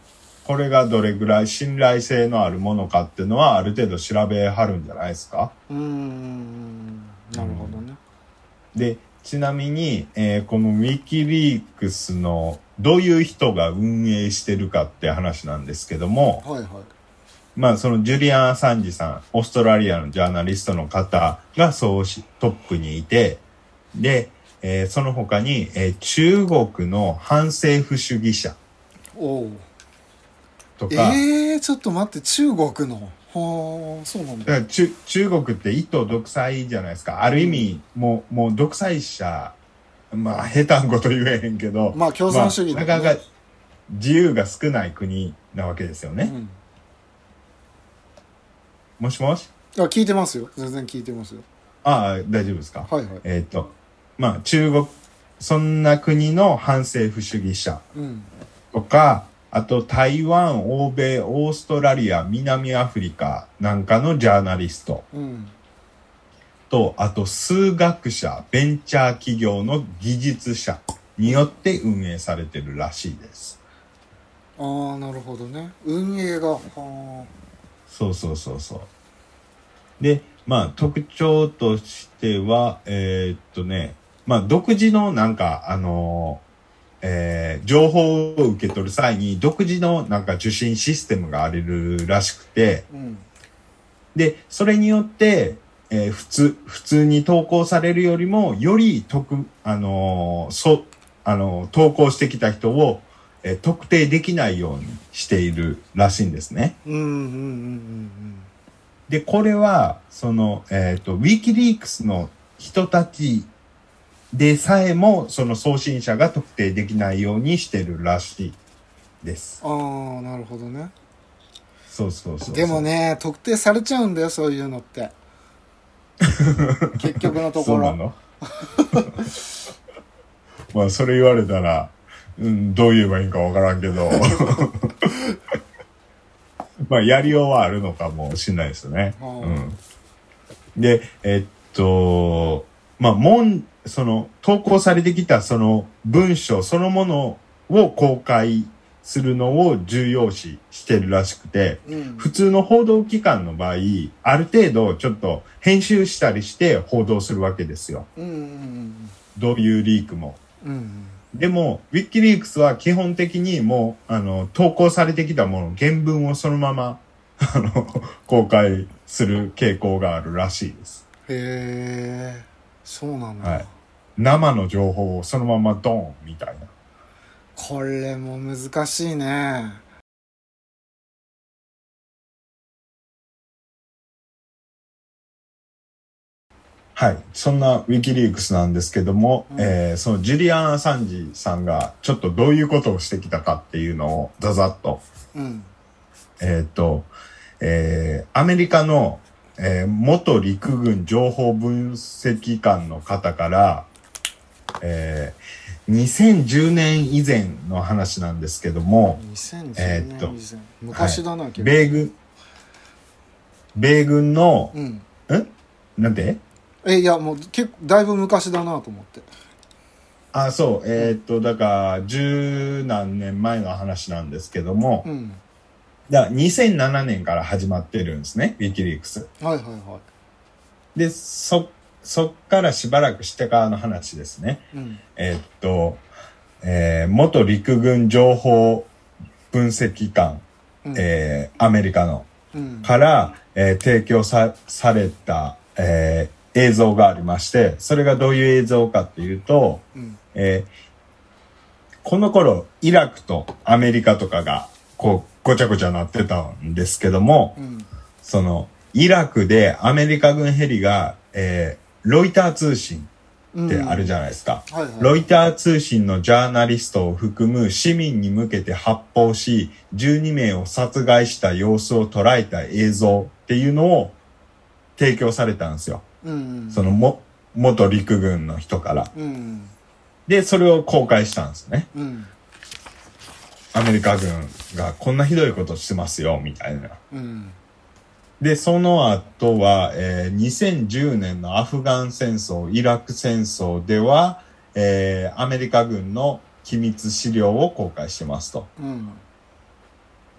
B: これがどれぐらい信頼性のあるものかっていうのは、ある程度調べはるんじゃないですか。
A: うーんなるほどね
B: で、ちなみに、えーこのウィキリークスの、どういう人が運営してるかって話なんですけども、
A: はいはい
B: まあそのジュリアン・アサンジさん、オーストラリアのジャーナリストの方がそうし、トップにいて、で、えーその他に、えー中国の反政府主義者
A: おお
B: とか、
A: えー、ちょっと待って中国のはあそうなん
B: だか
A: だ
B: ら中中国って一党独裁じゃないですか。ある意味、もう、もう独裁者、まあ下手んこと言えへんけど、
A: まあ共産主義
B: まあ
A: だ、
B: なかなか自由が少ない国なわけですよね。
A: うん
B: もしもし
A: あ聞いてますよ全然聞いてますよ
B: ああ、大丈夫ですか
A: はいはい
B: えっ、と、まあ中国、そんな国の反政府主義者
A: うん
B: とか、あと台湾、欧米、オーストラリア、南アフリカなんかのジャーナリスト
A: うん
B: と、あと数学者、ベンチャー企業の技術者によって運営されてるらしいです。
A: ああなるほどね運営がは
B: そうそうそうそう。で、まあ特徴としては、えーっとね、まあ独自のなんか、あのーえー情報を受け取る際に独自のなんか受信システムがあるらしくて、
A: あうん
B: で、それによって、えー普通、普通に投稿されるよりも、より特、あのーそ、あのー投稿してきた人を、えー特定できないようにしているらしいんですね。
A: うんうんうんうん
B: で、これは、その、えっ、と、ウィキリークスの人たちでさえも、その送信者が特定できないようにしてるらしいです。
A: うんああなるほどね
B: そうそうそうそう。
A: でも、ね特定されちゃうんだよそういうのって結局のと
B: そ
A: こ
B: うな
A: ろ
B: のまあ、それ言われたら、うん、どう言えばいいんかわからんけ ど。まあ、やりようはあるのかもしれないですね。
A: うん
B: うん、で、えっと、まあ、もん、その、投稿されてきたその文章そのものを公開するのを重要視してるらしくて、
A: うん
B: 普通の報道機関の場合、ある程度ちょっと編集したりして報道するわけですよ。
A: うんうん
B: どういうリークも。
A: うんうん
B: でも、ウィキリークスは基本的にもう、あの、投稿されてきたもの、原文をそのまま、あの、公開する傾向があるらしいです。
A: へえそうなんだ、
B: はい生の情報をそのままドーンみたいな。
A: これも難しいね
B: はい。そんなウィキリークスなんですけども、
A: うん
B: えーそのジュリアン・アサンジさんがちょっとどういうことをしてきたかっていうのをザザッと、
A: うん
B: えっ、と、えーアメリカの、えー元陸軍情報分析官の方から、えー2010年以前の話なんですけども、
A: 2010
B: え
A: 年以前
B: ーっと、
A: 昔だな、結構
B: 米軍、米軍の、
A: うん
B: なんで
A: えいやもう結構だいぶ昔だなと思って
B: あ、そう、えーっと、だから、十何年前の話なんですけども
A: う、ん
B: だから2007年から始まってるんですね、ウィキリークス。
A: はいはいは
B: で、そ、そっからしばらくしてからの話ですね。
A: いうん
B: えーっと、えー元陸軍情報分析官、
A: うん
B: えーアメリカの、
A: うん
B: から、えー提供さ、された、えー映像がありまして、それがどういう映像かっていうと、
A: うん
B: えーこの頃、イラクとアメリカとかが、こう、ごちゃごちゃなってたんですけども、
A: うん
B: その、イラクでアメリカ軍ヘリが、えーロイター通信
A: う
B: ってある
A: じ
B: じゃないですか。
A: ゃん、はいはい、
B: ロイター通信のジャーナリストを含む市民に向けて発砲し、12名を殺害した様子を捉えた映像っていうのを提供されたんですよ。
A: うんうん
B: そのも、元陸軍の人から。
A: うん
B: で、それを公開したんですね。
A: うん
B: アメリカ軍がこんなひどいことしてますよ、みたいな。
A: うん
B: で、その後は、えー2010年のアフガン戦争、イラク戦争では、えーアメリカ軍の機密資料を公開してますと。
A: うん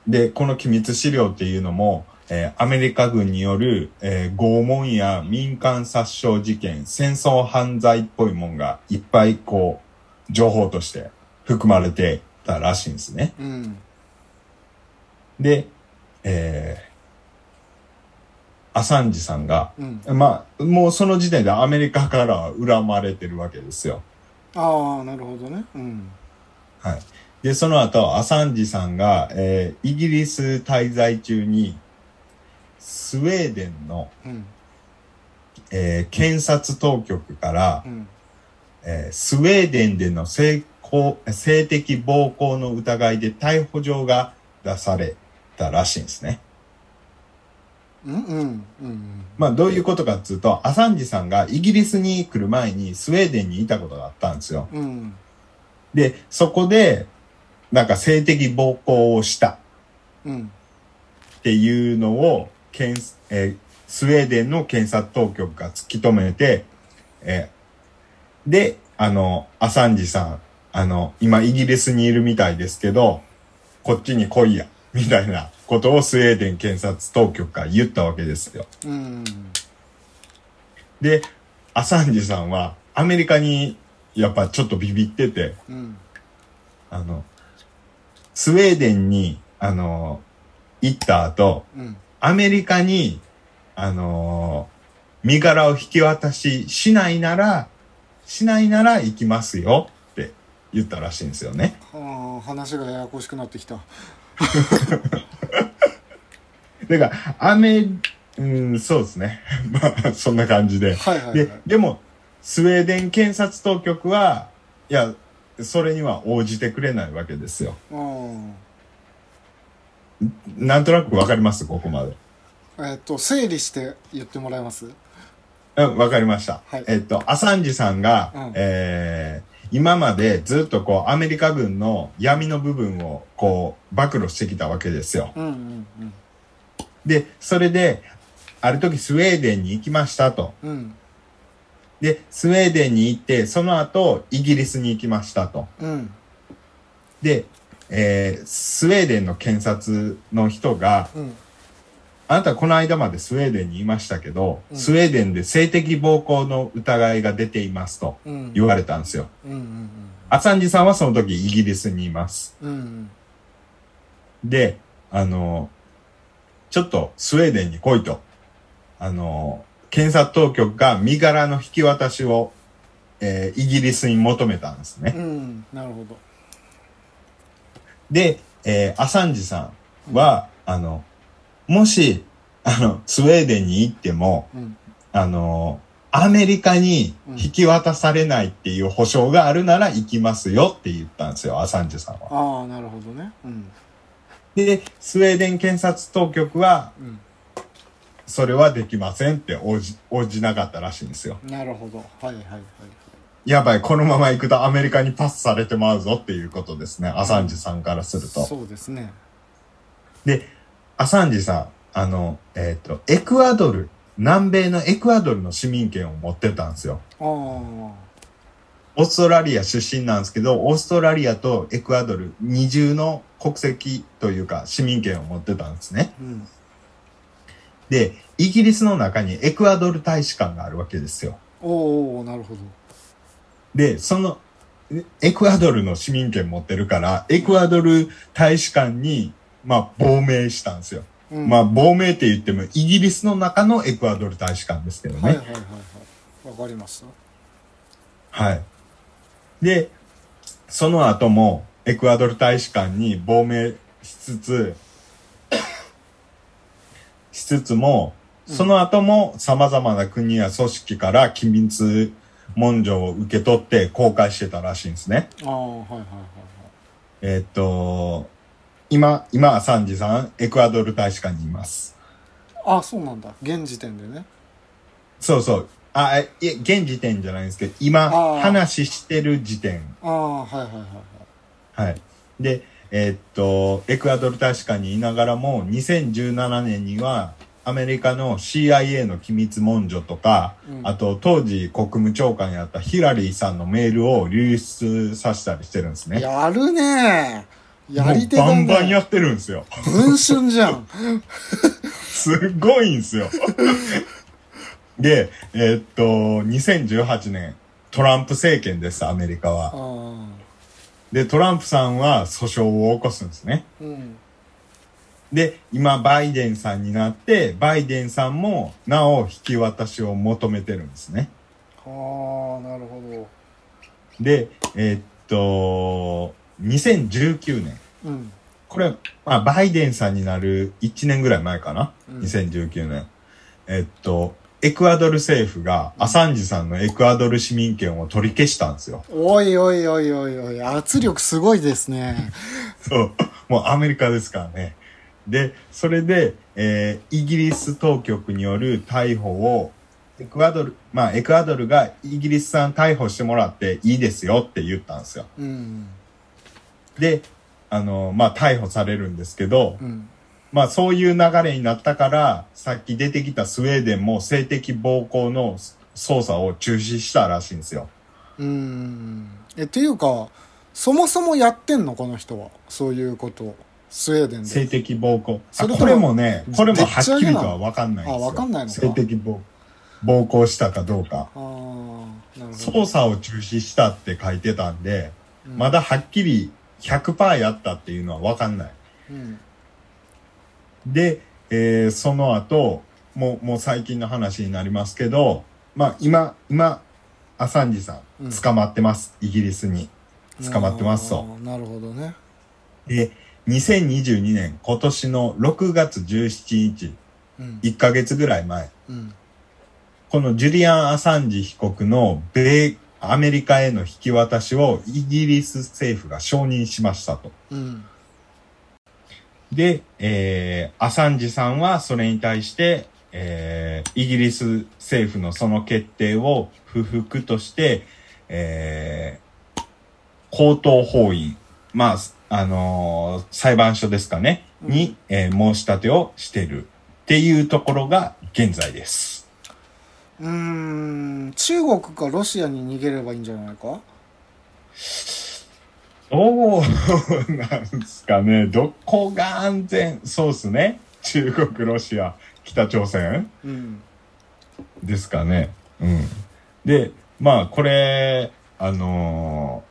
B: で、この機密資料っていうのも、えーアメリカ軍による、えー拷問や民間殺傷事件、戦争犯罪っぽいもんがいっぱいこう、情報として含まれてたらしいんですね。
A: うん
B: で、えーアサンジさんが、
A: うん
B: まあ、もうその時点でアメリカからは恨まれてるわけですよ。
A: ああなるほどねうん
B: はい。で、その後、アサンジさんが、えーイギリス滞在中に、スウェーデンの、
A: うん
B: えー検察当局から
A: う、ん
B: えースウェーデンでの性交性的暴行の疑いで逮捕状が出されたらしいんですね。
A: うんうんうん
B: まあ、どういうことかっていうと、アサンジさんがイギリスに来る前にスウェーデンにいたことがあったんですよ。
A: うん
B: で、そこで、なんか性的暴行をした
A: うん
B: っていうのを、けんえースウェーデンの検察当局が突き止めて、えーで、あの、アサンジさん、あの、今イギリスにいるみたいですけど、こっちに来いや、みたいなことをスウェーデン検察当局が言ったわけですよ。
A: うん
B: で、アサンジさんはアメリカにやっぱちょっとビビってて、
A: うん
B: あの、スウェーデンに、あの、行った後、
A: うん
B: アメリカに、あの、身柄を引き渡ししないなら、しないなら行きますよって言ったらしいんですよね。
A: はあ話がややこしくなってきた
B: だから、アメ、うん、そうですね。 まあ、そんな感じで。
A: はいはい
B: で
A: はい、
B: でも、スウェーデン検察当局は、いや、それには応じてくれないわけですよ。
A: うん
B: なんとなくわかりますここまで。
A: えっと整理して言ってもらえます
B: うん、わかりました。
A: はい
B: えっと、アサンジさんが、
A: うん
B: えー今までずっとこう、アメリカ軍の闇の部分をこう、暴露してきたわけですよ。
A: うんうん
B: で、それで、ある時スウェーデンに行きましたと。
A: うんうん
B: で、スウェーデンに行って、その後、イギリスに行きましたと。
A: うん
B: で、えースウェーデンの検察の人が、
A: うん
B: あなたこの間までスウェーデンにいましたけど、
A: うん
B: スウェーデンで性的暴行の疑いが出ていますと
A: うん
B: 言われたんですよ。
A: うんうん
B: アサンジさんはその時イギリスにいます。
A: うんうん
B: で、あの、ちょっとスウェーデンに来いと。あの、検察当局が身柄の引き渡しを、えーイギリスに求めたんですね。
A: うんなるほど
B: で、えーアサンジさんは、あの、もし、あの、スウェーデンに行っても、
A: うん
B: あの、アメリカに引き渡されないっていう保証があるなら行きますよって言ったんですよ、アサンジさんは。
A: ああなるほどねうん
B: で、スウェーデン検察当局は、
A: うん
B: それはできませんって応じ、応じなかったらしいんですよ。
A: なるほどはいはいはい
B: やばい、このまま行くとアメリカにパスされてまうぞっていうことですね、アサンジさんからすると。
A: そうですね
B: アサンジさん、あの、えっ、と、エクアドル、南米のエクアドルの市民権を持ってたんですよ。
A: ああ
B: オーストラリア出身なんですけど、オーストラリアとエクアドル二重の国籍というか市民権を持ってたんですね。
A: うん
B: で、イギリスの中にエクアドル大使館があるわけですよ。
A: おーおーなるほど
B: で、その、えエクアドルの市民権持ってるから、エクアドル大使館に、まあ、亡命したんですよ。
A: うん
B: まあ、亡命って言っても、イギリスの中のエクアドル大使館ですけどね。
A: はいはいはいはいわかりました
B: はい。で、その後も、エクアドル大使館に亡命しつつ、しつつも、その後も様々な国や組織から機密文書を受け取って公開してたらしいんですね。
A: ああはいはいはい
B: えーっと、今、今、サンジさん、エクアドル大使館にいます。
A: はいあそうなんだ現時点でね
B: そうそう。あ、えいえ、現時点じゃないんですけど、今、
A: あー
B: 話してる時点
A: ああはいはいはいはい
B: はい。で、えーっと、エクアドル大使館にいながらも、2017年には、アメリカの CIA の機密文書とか、
A: うん
B: あと、当時国務長官やったヒラリーさんのメールを流出させたりしてるんですね。
A: やるねーやり手
B: もう
A: だ
B: バ
A: ね
B: ンバンやってるんですよ。
A: 文春じゃん
B: すっごいんですよ。 で、えーっと、2018年、トランプ政権です、アメリカ
A: あ
B: は。
A: あ
B: で、トランプさんは訴訟を起こすんですね。
A: うん
B: で、今、バイデンさんになって、バイデンさんも、なお、引き渡しを求めてるんですね。
A: ああなるほど
B: で、えーっと、2019年。
A: うん
B: これ、まあ、バイデンさんになる1年ぐらい前かな。
A: うん
B: 2019年。えーっと、エクアドル政府が、アサンジさんのエクアドル市民権を取り消したんですよ。
A: おいおいおいおいおい圧力すごいですね
B: そう。もうアメリカですからね。で、それで、えーイギリス当局による逮捕を、エクアドル、まあ、エクアドルがイギリスさん逮捕してもらっていいですよって言ったんですよ。
A: うん
B: で、あの、まあ、逮捕されるんですけど、
A: うん
B: まあ、そういう流れになったから、さっき出てきたスウェーデンも性的暴行の捜査を中止したらしいんですよ。
A: うんえっていうかそもそもやってんのこの人はそういうことスウェーデン
B: 性
A: で
B: 的暴行
A: そ
B: あ
A: れとも
B: これもねこれもはっきりと
A: でっち上
B: は
A: げ
B: 分かんないんですよ
A: あ分かんないのか
B: 性的暴暴行したかどうか
A: ああなるほど
B: 捜査を中止したって書いてたんで、
A: うん
B: まだはっきり100%やったっていうのは分かんない
A: うん
B: で、えーその後もうもう最近の話になりますけどまあ今今アサンジさ
A: うん
B: ん捕まってます、イギリスに捕まってますと
A: あーなるほどね
B: で2022年今年の6月17日
A: うん
B: 1ヶ月ぐらい前
A: うん
B: このジュリアン・アサンジ被告の米、アメリカへの引き渡しをイギリス政府が承認しましたと。
A: うん
B: で、えー、アサンジさんはそれに対して、えー、イギリス政府のその決定を不服として、えー、高等法院、まあ、あのー裁判所ですかね、に、えー申し立てをしているっていうところが現在です。
A: うーん中国かロシアに逃げればいいんじゃないか
B: どうなんですかね。どこが安全そうっすね。中国、ロシア、北朝鮮
A: うん
B: ですかね。うん。で、まあ、これ、あのー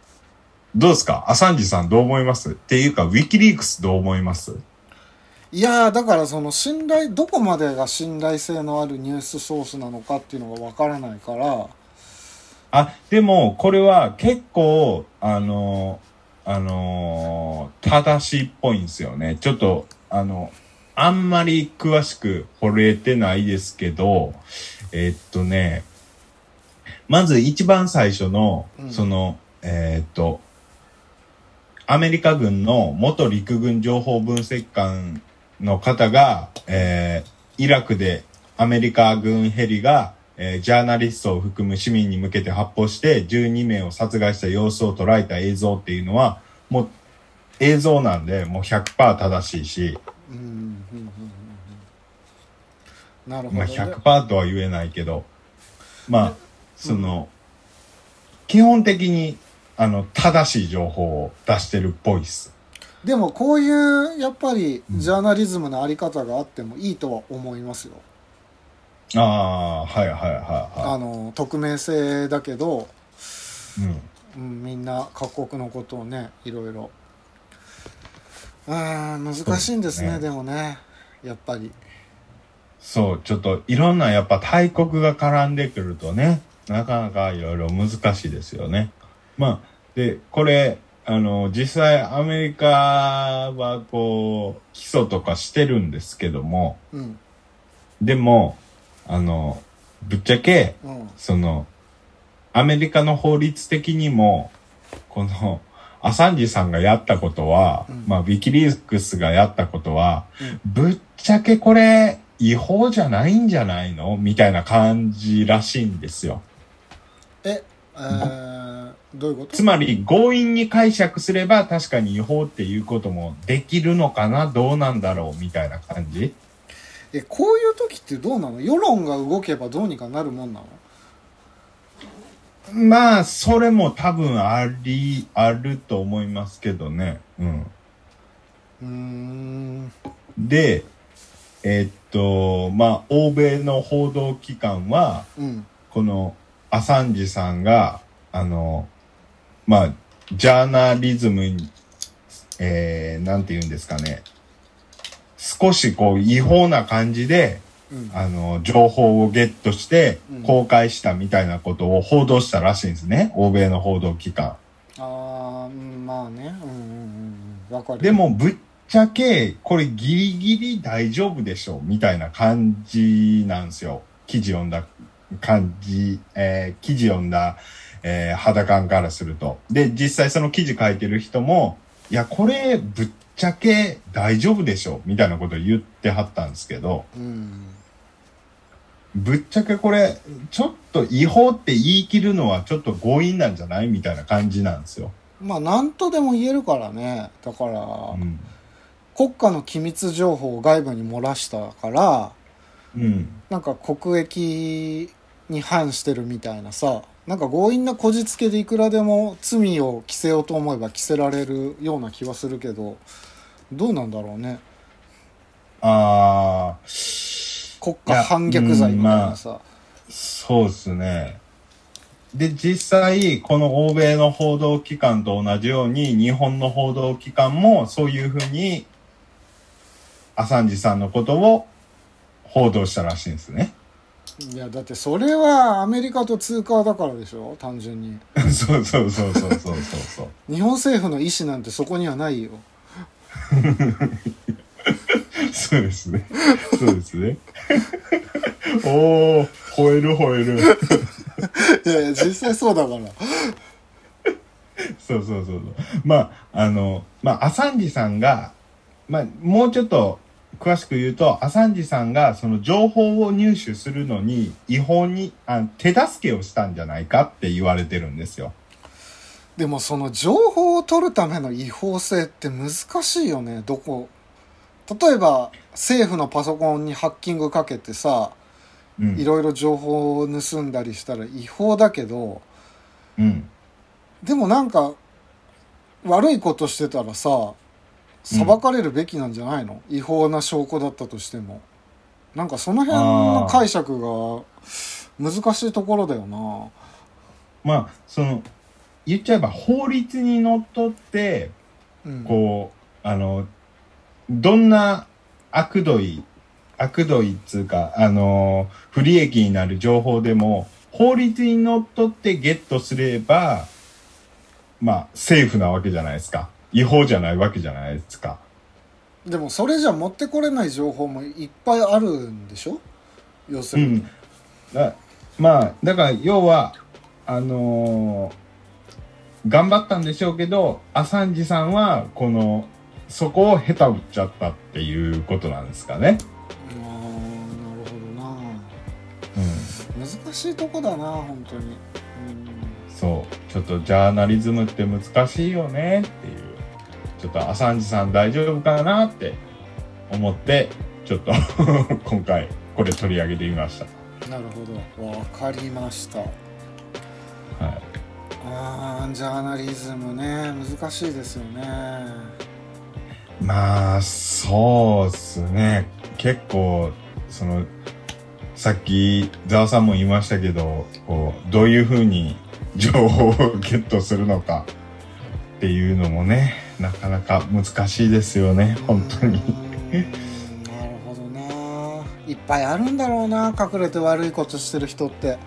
B: どうですかアサンジさんどう思いますっていうか、ウィキリークスどう思います
A: いやーだからその信頼どこまでが信頼性のあるニュースソースなのかっていうのがわからないから
B: あ、でも、これは結構、あの、あの、正しいっぽいんですよね。ちょっと、あの、あんまり詳しく惚れてないですけど、えっとね、まず一番最初の
A: う、ん
B: その、えっと、アメリカ軍の元陸軍情報分析官の方が、えーイラクでアメリカ軍ヘリが、えージャーナリストを含む市民に向けて発砲して12名を殺害した様子を捉えた映像っていうのはもう映像なんでもう100%正しいし、
A: うんうんうんうんうんなるほど、
B: まあ、
A: ね
B: 100%とは言えないけどまあその、基本的にあの正しい情報を出してるっぽいっす。
A: でもこういうやっぱり
B: うん
A: ジャーナリズムのあり方があってもいいとは思いますよ、
B: ああはいはいはいは
A: あの匿名性だけど、
B: い。うん
A: うん、みんな各国のことをねいろいろうーん難しいんですね
B: そうで
A: で
B: すね
A: もねやっぱり
B: そう、ちょっといろんなやっぱ大国が絡んでくるとね、なかなかいろいろ難しいですよね。まあ、で、これ、あの、実際アメリカはこう、起訴とかしてるんですけども、
A: うん
B: でも、あの、ぶっちゃけ、
A: うん
B: その、アメリカの法律的にも、この、アサンジさんがやったことは、
A: うん
B: まあ、ウィキリークスがやったことは、
A: うん
B: ぶっちゃけこれ、違法じゃないんじゃないのみたいな感じらしいんですよ。
A: ええー、どういうこと
B: つまり、強引に解釈すれば確かに違法っていうこともできるのかなどうなんだろうみたいな感じ
A: えこういう時ってどうなの世論が動けばどうにかなるもんなの
B: まあ、それも多分あり、あると思いますけどね。うん。
A: うーん
B: で、えっと、まあ、欧米の報道機関は、
A: うん
B: このアサンジさんが、あの、まあ、ジャーナリズムに、えー、なんて言うんですかね。少しこう違法な感じで、
A: うん
B: あの、情報をゲットして
A: うん
B: 公開したみたいなことを報道したらしいんですね。欧米の報道機関。
A: あーうんまあねうんうんうんうんわかる
B: でもぶっちゃけこれギリギリ大丈夫でしょみたいな感じなんですよ記事読んだ感じ、えー記事読んだ、えー肌感からするとで実際その記事書いてる人もいやこれぶっちゃけ大丈夫でしょみたいなこと言ってはったんですけど
A: うん
B: ぶっちゃけこれちょっと違法って言い切るのはちょっと強引なんじゃないみたいな感じなんですよ、
A: まあ何とでも言えるからねだから、
B: うん
A: 国家の機密情報を外部に漏らしたから
B: うん、
A: なんか国益に反してるみたいなさなんか強引なこじつけでいくらでも罪を着せようと思えば着せられるような気はするけどどうなんだろうね
B: ああ
A: 国家反逆罪みたいなさ、
B: そうですね。で、実際、この欧米の報道機関と同じように、日本の報道機関もそういうふうに、アサンジさんのことを報道したらしいんですね。
A: いやだってそれはアメリカと通貨だからでしょ単純に
B: そうそうそうそうそうそうそう。
A: 日本政府の意思なんてそこにはないよ
B: そうですね。そうですね。 おー、吠える吠える。
A: いやいや実際そうだから
B: そうそうそうそう。まあ、あの、まあ、アサンジさんが、まあ、もうちょっと詳しく言うと、アサンジさんがその情報を入手するのに違法にあ手助けをしたんじゃないかって言われてるんですよ。
A: でもその情報を取るための違法性って難しいよねどこ例えば政府のパソコンにハッキングかけてさ
B: うん。
A: いろいろ情報を盗んだりしたら違法だけど
B: うん。
A: でもなんか悪いことしてたらさ裁かれるべきなんじゃないの、違法な証拠だったとしてもなんかその辺の解釈が難しいところだよな
B: まあその言っちゃえば法律にのっとって
A: うん
B: こうあのどんな悪どい悪どいっつうかあの不利益になる情報でも法律にのっとってゲットすればまあセーフなわけじゃないですか違法じゃないわけじゃないですか
A: でもそれじゃ持ってこれない情報もいっぱいあるんでしょ要す
B: う
A: るに、
B: ん、だまあだから要はあのー頑張ったんでしょうけどアサンジさんはこのそこを下手打っちゃったっていうことなんですかね。
A: あーなるほ
B: うん、
A: どな難しいとこだな本当に、うん
B: そうちょっとジャーナリズムって難しいよねっていうちょっとアサンジさん大丈夫かなって思ってちょっと 今回これ取り上げてみまし
A: なるほどわかりました
B: た。はい
A: あージャーナリズムね難しいですよね
B: まあ、そうっすね。結構、その、さっき、ざわさんも言いましたけど、こう、どういうふうに情報をゲットするのかっていうのもね、なかなか難しいですよね、本当
A: う
B: に。
A: ーんなるほどないっぱいあるんだろうな隠れて悪いことしてる人って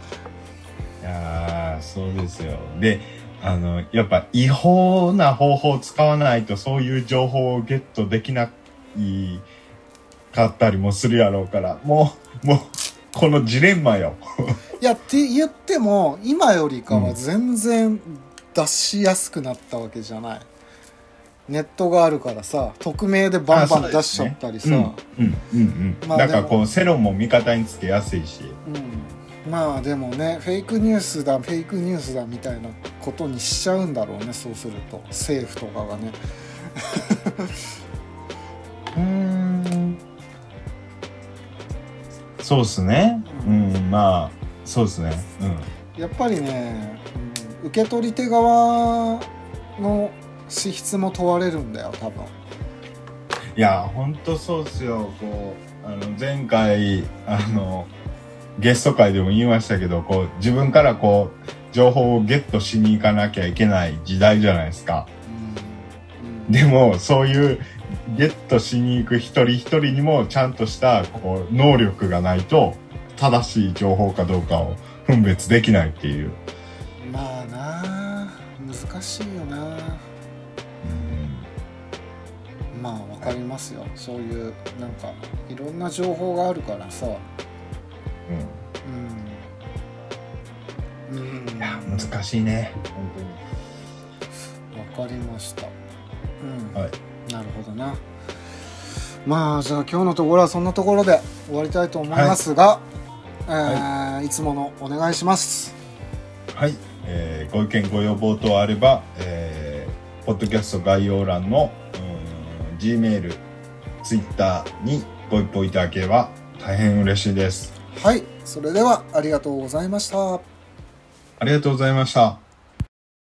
B: いやーそうですよ。で、あの、やっぱ違法な方法を使わないと、そういう情報をゲットできないかったりもするやろうから、もう、もう、このジレンマよ。
A: いやって言っても今よりかは全然出しやすくなったわけじゃない、ネットがあるからさ匿名で バンバン出しちゃったりさう,、
B: うんうんうん、
A: まあ
B: なんか
A: でも
B: こう世論も味方につけやすいし
A: んまあでもねフェイクニュースだフェイクニュースだみたいなことにしちゃうんだろうねそうすると政府とかがね
B: うんそうっすねうんまあそうっすね
A: やっぱりね、うん受け取り手側の資質も問われるんだよ多分
B: うんいやほんとそうっすよこうあの前回あのゲスト会でも言いましたけどこう自分からこう情報をゲットしに行かなきゃいけない時代じゃないですか
A: うん
B: でもそういうゲットしに行く一人一人にもちゃんとしたこう能力がないと正しい情報かどうかを分別できないっていう。
A: まあなあ難しいよなまあわかりますよそういうなんかいろんな情報があるからさ
B: うん
A: うん、うん、
B: いや難しいね本当に
A: わかりました。うん。
B: はい
A: なるほどな。まあじゃあ今日のところはそんなところで終わりたいと思いますが、いえーい、つものお願いします。
B: はい、えーご意見ご要望等あれば、えーポッドキャスト概要欄のうーん G メール Twitter にご一報いただければ大変嬉しいです
A: はい、それではありがとうございました。
B: ありがとうございました